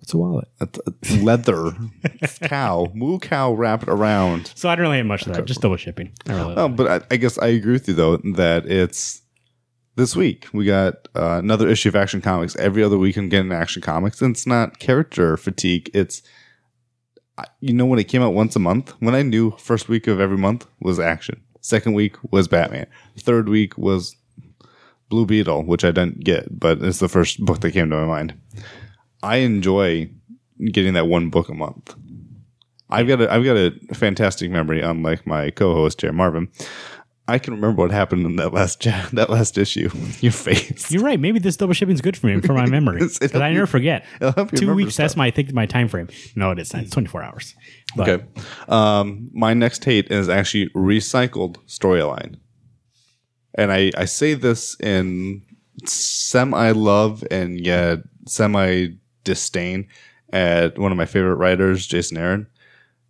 It's a wallet.
That's- that's leather cow, moo cow wrapped around.
So I don't really have much of that. Just double shipping. I really
Oh, but I, I guess I agree with you though that it's this week we got uh, another issue of Action Comics. Every other week I'm getting Action Comics, and it's not character fatigue. It's I- you know when it came out once a month. When I knew first week of every month was Action. Second week was Batman. Third week was Blue Beetle, which I didn't get, but it's the first book that came to my mind. I enjoy getting that one book a month. I've got a I've got a fantastic memory, unlike my co-host here, Marvin. I can remember what happened in that last ja- that last issue. Your face.
You're right. Maybe this double shipping's good for me for my memory
Yes, it'll
because I never forget.
it'll help you
Two
remember Hmm.
weeks. That's my I think my time frame. No, it is not. It's 24 hours. But
Okay. Um, my next hate is actually recycled storyline, and I I say this in semi love and yet semi disdain at one of my favorite writers, Jason Aaron.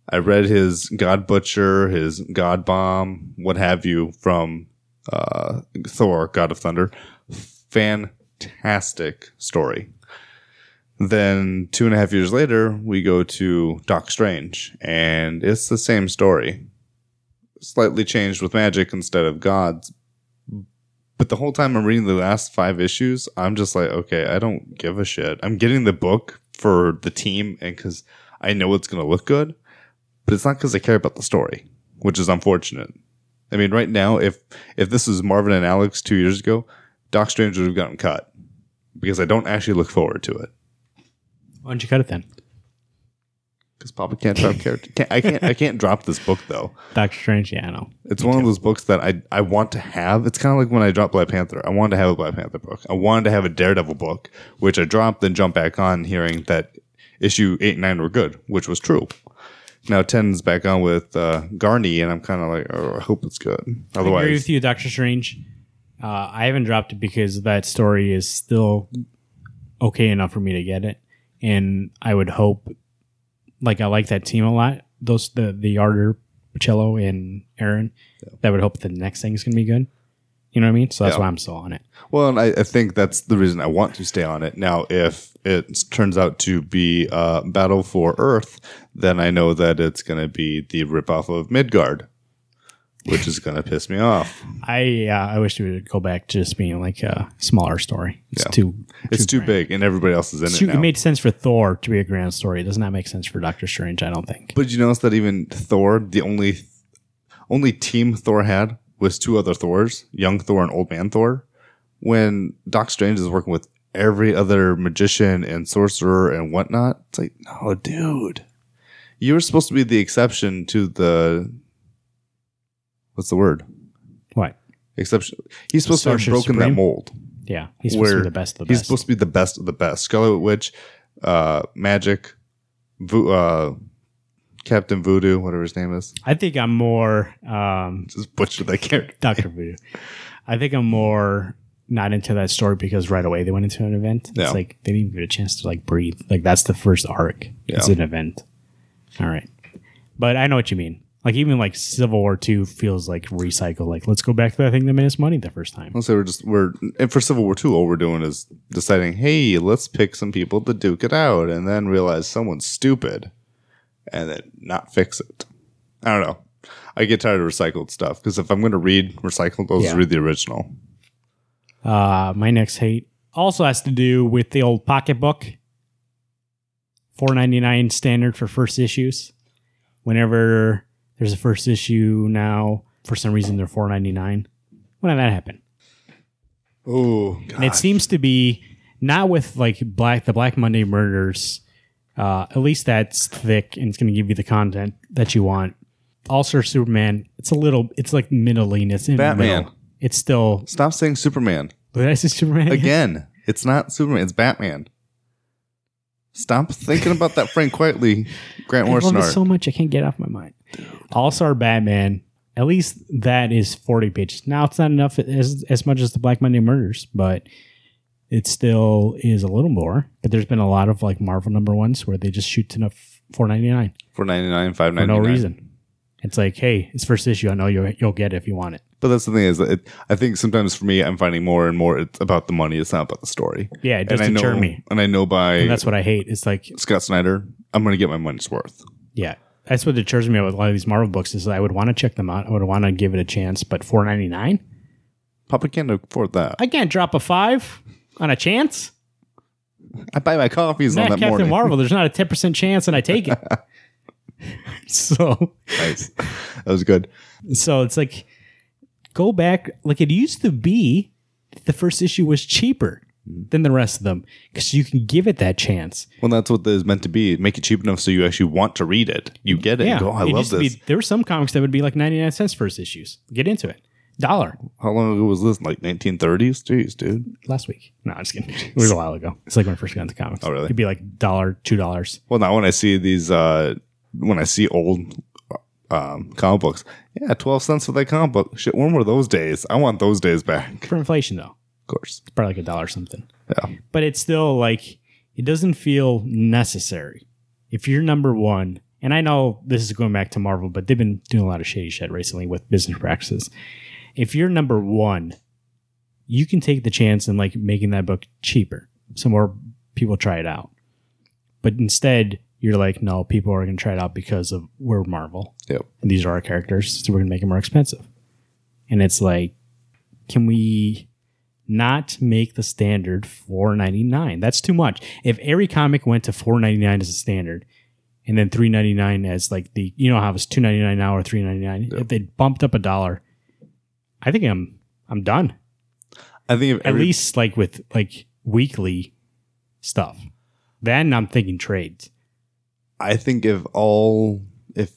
I read his God Butcher, his God Bomb, what have you from uh, Thor, God of Thunder. Fantastic story. Then two and a half years later, we go to Doc Strange, and it's the same story, slightly changed with magic instead of gods. But the whole time I'm reading the last five issues, I'm just like, okay, I don't give a shit. I'm getting the book for the team, and because I know it's going to look good, but it's not because I care about the story, which is unfortunate. I mean, right now, if if this was Marvin and Alex two years ago, Doc Strange would have gotten cut because I don't actually look forward to it.
why don't you cut it then?
Because Papa can't drop character. Can't, I can't. I can't drop this book though.
Doctor Strange. Yeah, I know.
It's one of those books that I I want to have. It's kind of like when I dropped Black Panther. I wanted to have a Black Panther book. I wanted to have a Daredevil book, which I dropped, then jumped back on, hearing that issue eight and nine were good, which was true. Now ten's back on with uh, Garney, and I'm kind of like, oh, I hope it's good.
I agree
Otherwise,
with you, Doctor Strange. Uh, I haven't dropped it because that story is still okay enough for me to get it, and I would hope, like I like that team a lot. Those the the Arter, Pacello, and Aaron. That would hope the next thing is gonna be good. You know what I mean? So that's
Yeah.
why I'm still on it.
well, and I, I think that's the reason I want to stay on it. Now, if it turns out to be uh, Battle for Earth, then I know that it's going to be the ripoff of Midgard, which is going to piss me off.
I uh, I wish we would go back to just being like a smaller story. It's
Yeah.
too
It's too big, and everybody else is in
It's
it
too-
now.
it made sense for Thor to be a grand story. It does not make sense for Doctor Strange. I don't think.
but you notice that even Thor, the only only team Thor had was two other Thors, young Thor and old man Thor. When Doc Strange is working with every other magician and sorcerer and whatnot, it's like, no, dude, you were supposed to be the exception to the what's the word?
What?
Exception. He's supposed to
Sorcerer
have broken
Supreme?
that mold.
Yeah, he's supposed to
where
be the best of the
he's
best.
supposed to be the best of the best. Scarlet Witch, uh, Magic, Vo- uh, Captain Voodoo, whatever his name is.
I think I'm more um,
Just butchered that character.
Doctor Voodoo. I think I'm more not into that story because right away they went into an event. It's
Yeah.
like they didn't even get a chance to like breathe. Like that's the first arc. It's
Yeah.
an event. All right, but I know what you mean. Like even like Civil War Two feels like recycle. Like let's go back to that thing that made us money the first time.
Let's say we're just we're and for Civil War Two, all we're doing is deciding, hey, let's pick some people to duke it out, and then realize someone's stupid, and then not fix it. I don't know. I get tired of recycled stuff because if I'm going to read recycled, I'll just
Yeah.
read the original.
Uh, my next hate also has to do with the old pocketbook. Four ninety nine standard for first issues. Whenever there's a first issue now, for some reason they're four ninety nine. When did that happen?
Oh,
And it seems to be not with like black the Black Monday murders. Uh, at least that's thick and it's going to give you the content that you want. Also, Superman. It's a little. It's like middling. It's in The
Batman.
middle. It's still.
stop saying Superman.
Did I say Superman
Again, it's not Superman, it's Batman. Stop thinking about that Frank quietly, Grant
I
Morrison
love it
art.
so much I can't get it off my mind. All Star Batman. At least that is forty pages. Now it's not enough as as much as the Black Monday murders, but it still is a little more. But there's been a lot of like Marvel number ones where they just shoot enough four ninety nine
Four ninety nine, five
for
ninety
no
nine.
reason. It's like, hey, it's first issue. I know you you'll get it if you want it.
But that's the thing is, that it, I think sometimes for me, I'm finding more and more it's about the money. It's not about the story.
Yeah, it does
and I
deter
know,
me.
And I know by
And that's what I hate. It's like,
Scott Snyder, I'm going to get my money's worth.
yeah, that's what deters me with a lot of these Marvel books. Is I would want to check them out. I would want to give it a chance, but four ninety nine,
Papa can't afford that. I,
I can't drop a five on a chance.
buy my coffees
Not
on that
Captain
morning.
Marvel. There's not a ten percent chance, and I take it. so
Nice. That was good.
So it's like go back like it used to be that the first issue was cheaper than the rest of them cuz you can give it that chance.
Well, that's what this is meant to be. Make it cheap enough so you actually want to read it. You get it. and go, "Oh, I
Mm, it
love
used to
this.
Be, there were some comics that would be like 99 cents first issues. Get into it. Dollar
How long ago was this? Like 1930s? Jeez, dude.
last week. No, I'm just kidding. It was a while ago. It's like when I first got into comics.
Oh, really?
It'd be like dollar, two dollars.
Well, now when I see these, uh, when I see old um, comic books, yeah, 12 cents for that comic book. Shit, when were those days? I want those days back.
For inflation though.
Of course.
It's probably like a dollar something.
Yeah.
But it's still like it doesn't feel necessary. If you're number one, and I know this is going back to Marvel, but they've been doing a lot of shady shit recently with business practices. If you're number one, you can take the chance in like making that book cheaper. So more people try it out. But instead, you're like, no, people are gonna try it out because of we're Marvel.
Yep.
And these are our characters, so we're gonna make them more expensive. And it's like, can we not make the standard 499 that's too much if every comic went to 499 as a standard and then 399 as like the you know how it's 299 now or 399 if they bumped up a dollar i think i'm i'm done
I think if
at
every-
least like with like weekly stuff then i'm thinking trades
I think if all if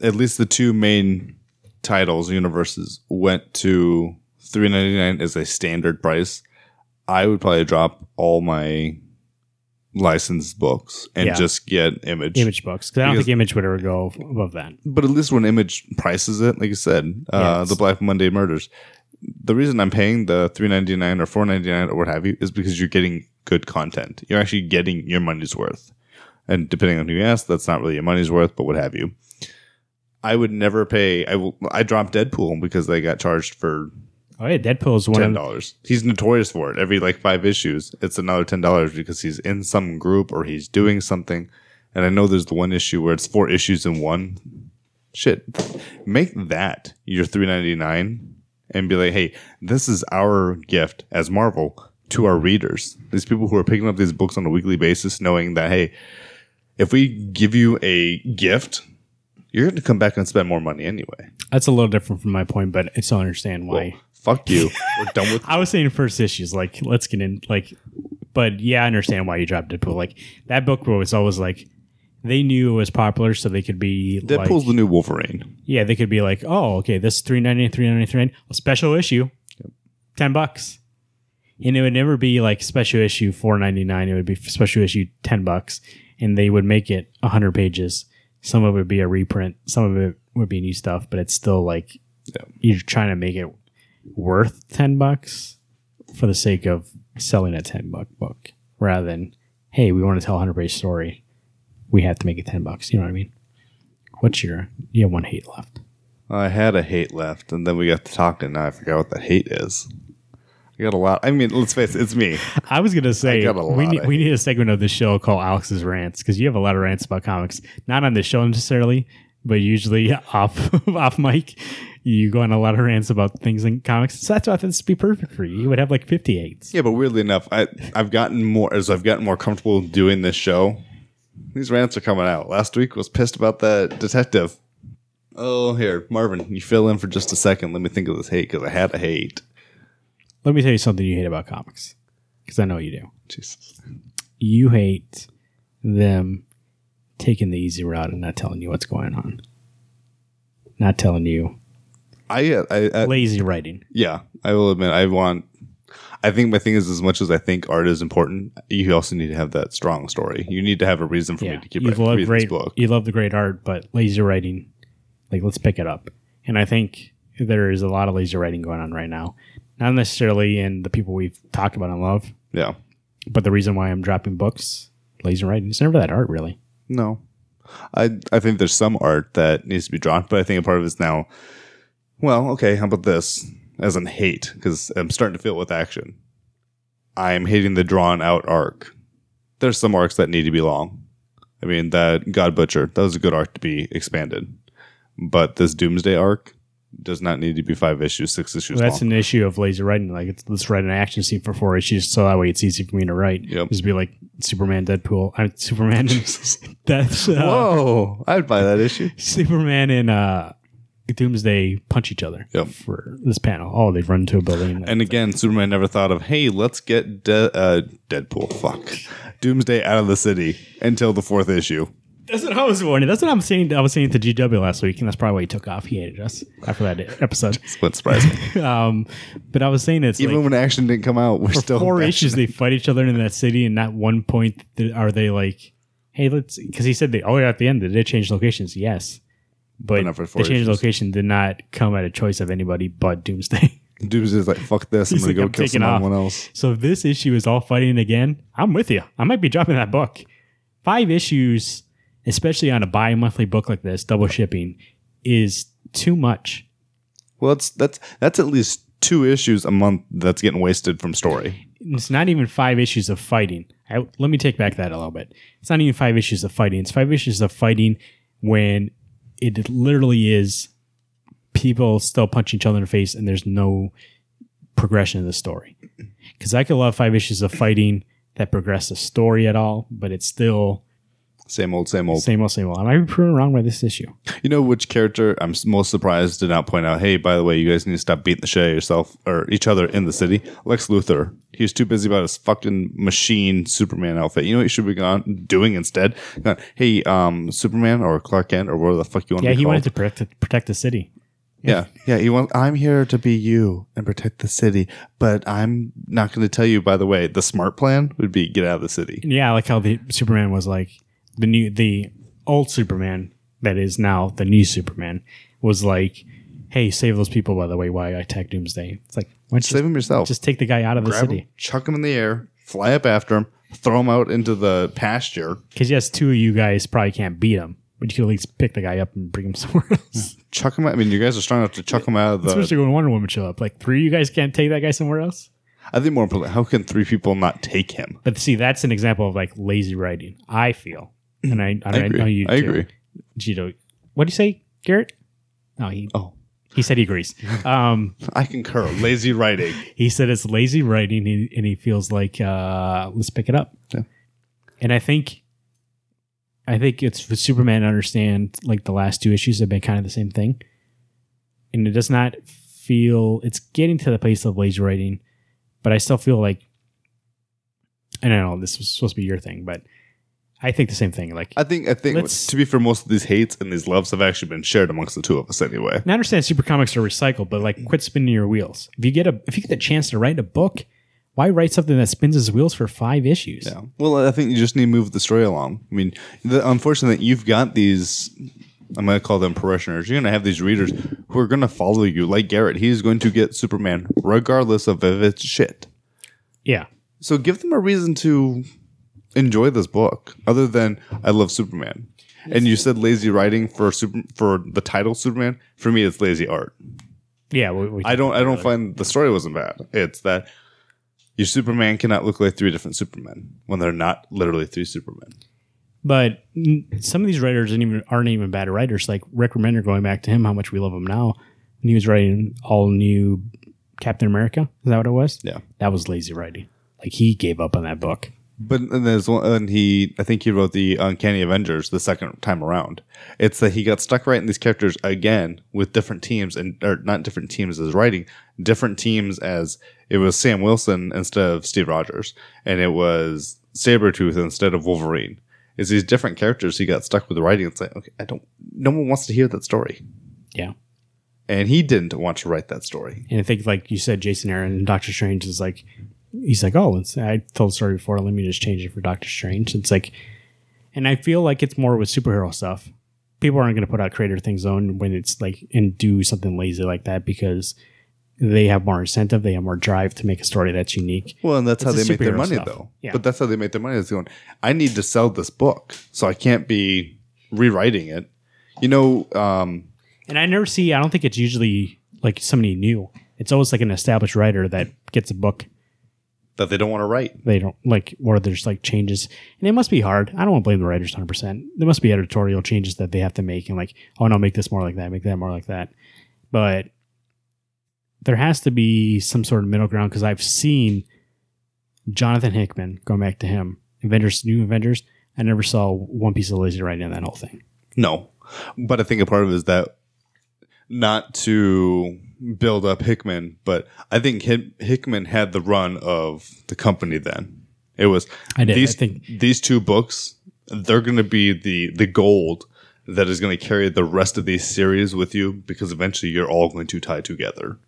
at least the two main titles universes went to 3.99 as a standard price, I would probably drop all my licensed books and
Yeah.
just get image.
image books 'cause i don't
Because-
think image would ever go above that
But at least when image prices it, like you said, uh,
Yes.
the Black Monday murders. The reason I'm paying the 3.99 or 4.99 or what have you is because you're getting good content. You're actually getting your money's worth. and depending on who you ask, that's not really your money's worth, but what have you. I would never pay. I will. I dropped Deadpool because they got charged for
oh yeah deadpool is one
ten
of
dollars. He's notorious for it. Every like five issues, it's another ten dollars because he's in some group or he's doing something. And I know there's the one issue where it's four issues in one. Shit, make that your three ninety nine, and be like, hey, this is our gift as Marvel to our readers. These people who are picking up these books on a weekly basis, knowing that hey, if we give you a gift, you're going to come back and spend more money anyway.
that's a little different from my point but i still understand why
Well, fuck you. We're done with
I was saying first issues, like let's get in, like, but yeah, I understand why you dropped Deadpool. Like that book was always like they knew it was popular, so they could be
Deadpool's
like,
the new Wolverine.
yeah, they could be like, oh, okay, this three ninety three ninety three a special issue, ten bucks, and it would never be like special issue four ninety nine. It would be special issue ten bucks, and they would make it hundred pages. Some of it would be a reprint, some of it would be new stuff, but it's still like you're trying to make it worth 10 bucks for the sake of selling a 10 buck book rather than hey we want to tell a 100 page story we have to make it 10 bucks you know what i mean what's your you have one hate left
I had a hate left, and then we got to talking. Now I forgot what that hate is. I got a lot. I mean, let's face it, it's me.
i was gonna
I
say
got a
we
lot
need,
of
we need a segment of the show called alex's rants because you have a lot of rants about comics not on the show necessarily but usually off off mic you go on a lot of rants about things in comics so that's why this would be perfect for you you would have like 58s
Yeah, but weirdly enough, I I've gotten more as I've gotten more comfortable doing this show. These rants are coming out. Last week was pissed about that detective. Oh, here, Marvin, you fill in for just a second. Let me think of this hate because I had a hate.
let me tell you something you hate about comics because i know you do
Jesus.
you hate them taking the easy route and not telling you what's going on. Not telling you.
I, uh, I, I
Lazy writing.
yeah, I will admit I want. I think my thing is as much as I think art is important, you also need to have that strong story. You need to have a reason for me
Yeah.
to keep
You love
reading
great
this book.
you love the great art, but lazy writing, like let's pick it up. And I think there is a lot of lazy writing going on right now. Not necessarily in the people we've talked about and love,
Yeah.
but the reason why I'm dropping books, lazy writing. It's never that art really.
No. I I think there's some art that needs to be dropped, but I think a part of it's now. Well, okay, how about this? As in hate, because I'm starting to feel it with action. I'm hating the drawn out arc. There's some arcs that need to be long. I mean, that God Butcher that was a good arc to be expanded, but this Doomsday arc does not need to be five issues, six issues
that's
long.
an issue of lazy writing. Like, it's, let's write an action scene for four issues, so that way it's easy for me to write.
Yep.
Just be like Superman, Deadpool. I'm Superman. that's uh,
Whoa, I'd buy that issue.
Superman and uh, Doomsday punch each other
Yep.
for this panel. Oh, they've run into a building.
And again, Superman never thought of, hey, let's get De- uh, Deadpool, fuck, Doomsday out of the city until the fourth issue.
that's what I was warning. That's what I'm saying. I was saying to GW last week, and that's probably why he took off. He hated us after that episode.
Wouldn't surprise me.
um, but I was saying it's
Even
like
when action didn't come out, we're still
four
back.
issues. They fight each other in that city, and at one point th- are they like, "Hey, let's"? Because he said they. Oh, yeah. At the end, did they change locations? Yes, but
not for
the
four
change of
issues.
location did not come at a choice of anybody but Doomsday.
Doomsday's like, fuck this, I'm
He's
gonna
like,
go
"I'm
kill
taking
someone
off."
else.
So if this issue is all fighting again, I'm with you. I might be dropping that book. Five issues, especially on a bi-monthly book like this, double shipping, is too much.
Well, that's that's that's at least two issues a month that's getting wasted from story.
It's not even five issues of fighting. I, let me take back that a little bit. It's not even five issues of fighting. It's five issues of fighting when it literally is people still punching each other in the face and there's no progression of the story. Because I could love five issues of fighting that progress the story at all, but it's still
Same old, same old.
Same old, same old. Am I proven wrong by this issue?
You know which character I'm s- most surprised did not point out? Hey, by the way, you guys need to stop beating the shit out of yourself or each other in the city. Lex Luthor. He was too busy about his fucking machine Superman outfit. You know what you should be gone doing instead? Gone, hey, um, Superman or Clark Kent or whatever the fuck you want
Yeah,
to be
he
called.
wanted to protect protect the city.
Yeah, yeah. You want? I'm here to be you and protect the city, but I'm not going to tell you. By the way, the smart plan would be get out of the city.
Yeah, I like how the Superman was like the new the old Superman that is now the new Superman was like, "Hey, save those people by the way. Why I attack Doomsday? It's like why don't you
Save him yourself.
just take the guy out of the
grab
city
him, chuck him in the air, fly up after him, throw him out into the pasture,
because yes, two of you guys probably can't beat him, but you could at least pick the guy up and bring him somewhere else.
chuck him. Out. I mean, you guys are strong enough to chuck him out of the.
Especially when Wonder Woman show up, like three of you guys can't take that guy somewhere else.
I think more importantly, how can three people not take him?
But see, that's an example of like lazy writing. I feel, and I I,
I
know
agree.
you.
I
too.
agree.
Gito. What do you say, Garrett? No, he
Oh,
he said he agrees. Um,
I concur. Lazy writing.
he said it's lazy writing, and, and he feels like uh, let's pick it up.
Yeah.
And I think, I think it's for Superman to understand. Like the last two issues have been kind of the same thing, and it does not feel it's getting to the place of lazy writing, but I still feel like I don't know. This was supposed to be your thing, but I think the same thing. Like
I think. I think.
Let's-
to be fair, most of these hates and these loves have actually been shared amongst the two of us anyway.
And I understand super comics are recycled, but like quit spinning your wheels. If you get a if you get the chance to write a book, why write something that spins its wheels for five issues?
Yeah. Well, I think you just need to move the story along. I mean, the unfortunate that you've got these. I'm going to call them parishioners. You're going to have these readers who are going to follow you, like Garrett. He's going to get Superman regardless of if it's shit.
Yeah.
So give them a reason to enjoy this book, other than I love Superman. And you said lazy writing for super, for the title Superman. For me, it's lazy art.
Yeah. We, we,
I don't. I don't find the story wasn't bad. It's that your Superman cannot look like three different Supermen when they're not literally three Supermen.
but mm, some of these writers aren't even, aren't even bad writers. Like Rick Remender, going back to him, how much we love him now. When he was writing all new Captain America. Is that what it was?
Yeah.
That was lazy writing. Like he gave up on that book.
But and there's one, and he, I think he wrote the Uncanny Avengers the second time around. It's that he got stuck writing these characters again with different teams, and or not different teams as writing, different teams as it was Sam Wilson instead of Steve Rogers, and it was Sabretooth instead of Wolverine. It's these different characters he got stuck with writing. It's like, okay, I don't, no one wants to hear that story.
Yeah.
And he didn't want to write that story.
And I think, like you said, Jason Aaron and Doctor Strange is like, he's like, oh, it's, I told the story before. Let me just change it for Doctor Strange. It's like, and I feel like it's more with superhero stuff. People aren't going to put out creator things on when it's like and do something lazy like that because they have more incentive, they have more drive to make a story that's unique.
Well, and that's
It's
how
the
they make their
superhero
money,
stuff.
though.
Yeah.
But that's how they make their money. Is going, I need to sell this book, so I can't be rewriting it. You know, um,
And I never see. I don't think it's usually like somebody new. It's always like an established writer that gets a book
that they don't want to write.
they don't like, or there's like changes, and it must be hard. I don't want to blame the writers 100. percent There must be editorial changes that they have to make, and like, oh no, make this more like that, make that more like that. But there has to be some sort of middle ground because I've seen Jonathan Hickman going back to him, Avengers, New Avengers. I never saw one piece of lazy writing in that whole thing.
No, but I think a part of it is that not to build up Hickman, but I think Hick- Hickman had the run of the company. Then it was
I did.
these
I think
these two books. They're going to be the the gold that is going to carry the rest of these series with you because eventually you're all going to tie together.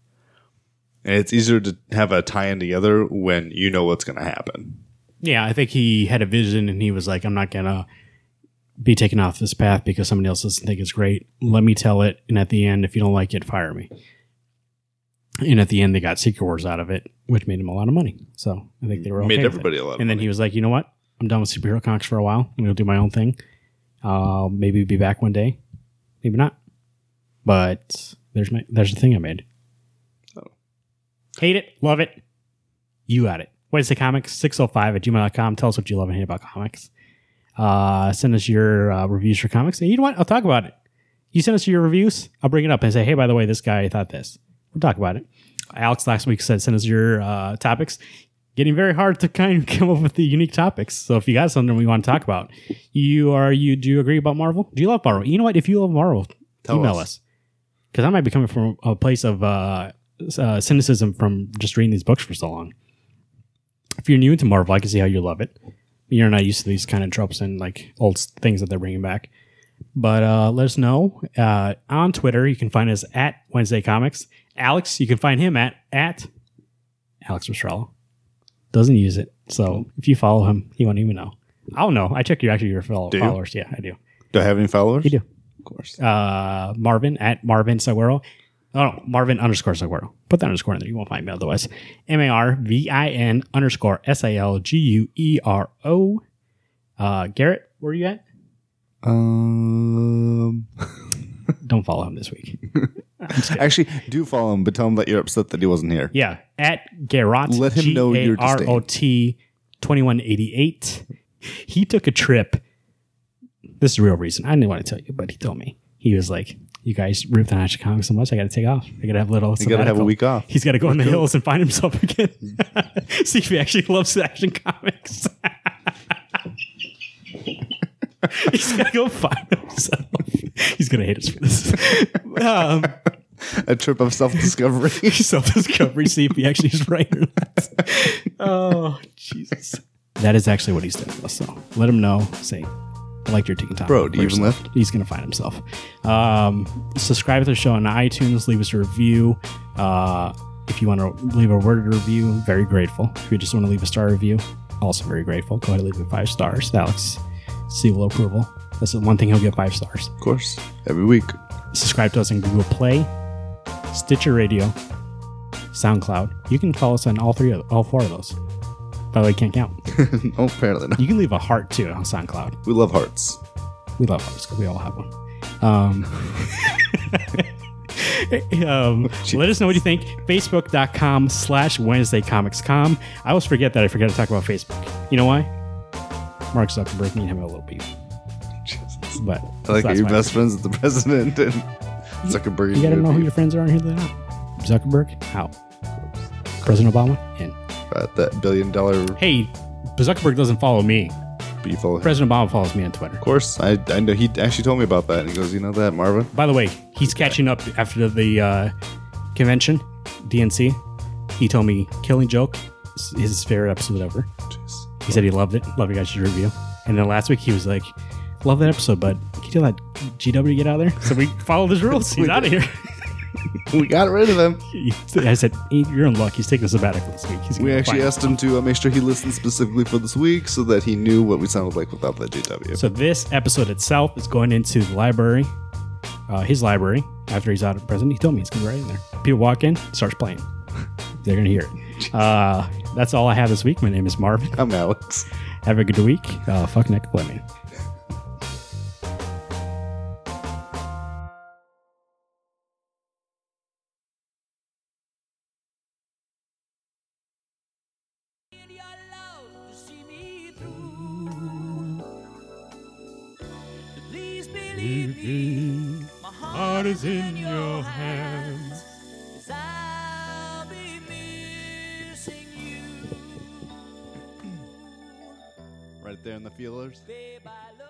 And it's easier to have a tie in together when you know what's going to happen.
Yeah, I think he had a vision and he was like, I'm not going to be taken off this path because somebody else doesn't think it's great. Let me tell it. And at the end, if you don't like it, fire me. And at the end, they got Secret Wars out of it, which made him a lot of money. So I think they were okay.
Made
with it.
everybody a lot of
And then he was like, you know what? I'm done with superhero comics for a while. I'm going to do my own thing. Uh, maybe be back one day. Maybe not. But there's my there's the thing I made.
Oh.
Hate it. Love it. You got it. Wednesday Comics 605 at gmail.com. Tell us what you love and hate about comics. Uh, send us your uh, reviews for comics. And you know what? I'll talk about it. You send us your reviews. I'll bring it up and say, hey, by the way, this guy thought this. We'll talk about it. Alex last week said, send us your uh, topics. Getting very hard to kind of come up with the unique topics. So if you got something we want to talk about, you are you do you agree about Marvel? Do you love Marvel? You know what? If you love Marvel,
Tell
email
us.
us because I might be coming from a place of uh, s- uh, cynicism from just reading these books for so long. If you're new to Marvel, I can see how you love it. You're not used to these kind of tropes and like old s- things that they're bringing back. But uh, let us know uh, on Twitter. You can find us at Wednesday Comics. Alex, you can find him at at Alex Rostrello. Doesn't use it, so if you follow him, he won't even know. I don't know. I check your actually your follow-
Do you?
followers. Yeah, I do.
Do I have any followers?
You do
Of course.
uh, Marvin at Marvin Saguero. Oh, no, Marvin underscore Saguero. Put that underscore in there. You won't find me otherwise. M A R V I N underscore S A L G U E R O. Uh, Garrett, where are you at?
Um,
Don't follow him this week.
actually, do follow him, but tell him that you're upset that he wasn't here.
Yeah, at Garrot.
Let him know you're disdain.
G-A-R-O-T 2188. He took a trip. This is the real reason. I didn't want to tell you, but he told me. He was like, you guys ripped on Ashton Comics so much, I got to take off. I got to have a little.
You got to have a
sabbatical."
week off.
He's got to go in the hills and find himself again. See if he actually loves action comics. He's got to go find himself. He's going to hate us for this. Um,
A trip of self discovery.
self discovery, see if he actually is right or not. Oh, Jesus. That is actually what he's doing to us. So let him know. Say, I liked your ticking time.
Bro, do you even lift?
He's going to find himself. Um, subscribe to the show on iTunes. Leave us a review. Uh, if you want to leave a worded review, very grateful. If you just want to leave a star review, also very grateful. Go ahead and leave it five stars. Alex, seal approval. That's the one thing he'll get five stars
of course. Every week.
subscribe to us on Google Play, Stitcher Radio, SoundCloud. You can follow us on all three of all four of those. By the way, can't count.
oh, apparently not.
You can leave a heart too on SoundCloud.
We love hearts.
We love hearts 'cause we all have one. Um,
Oh,
um, let us know what you think. Facebook.com slash Wednesday Comics Com. I always forget that I forgot to talk about Facebook. You know why? Mark Zuckerberg me and him have a little beef.
Jesus.
But
I like that
that's
you're
my-
best friends with the president and Zuckerberg.
You gotta know who your friends are and who they're not. Zuckerberg, out. President Obama, in.
About that billion dollar
Hey, Zuckerberg doesn't follow me.
beefle. Of
President Obama follows me on Twitter.
course. I, I know he actually told me about that. And he goes, You know that, Marvin?
By the way, he's catching up after the uh, convention, DNC. He told me Killing Joke is his favorite episode ever.
Jeez.
He said he loved it. Love you guys should review. And then last week he was like, "Love that episode, but can you tell that GW to get out of there?" So we followed his rules. He's
We
out of here.
We got rid of him.
I said, "You're in luck. He's taking a sabbatical this week." He's
We
gonna
actually
find-
asked him to uh, make sure he listened specifically for this week so that he knew what we sounded like without the GW.
So this episode itself is going into the library, uh, his library. After he's out of prison, he told me it's gonna be right in there. People walk in, starts playing. They're gonna hear it. Uh, that's all I have this week. My name is Marvin.
I'm Alex.
Have a good week. Uh, fuck Nick Fleming.
be. My heart is in your hands. 'Cause I'll be missing you.
Right there in the feelers.
Babe, I love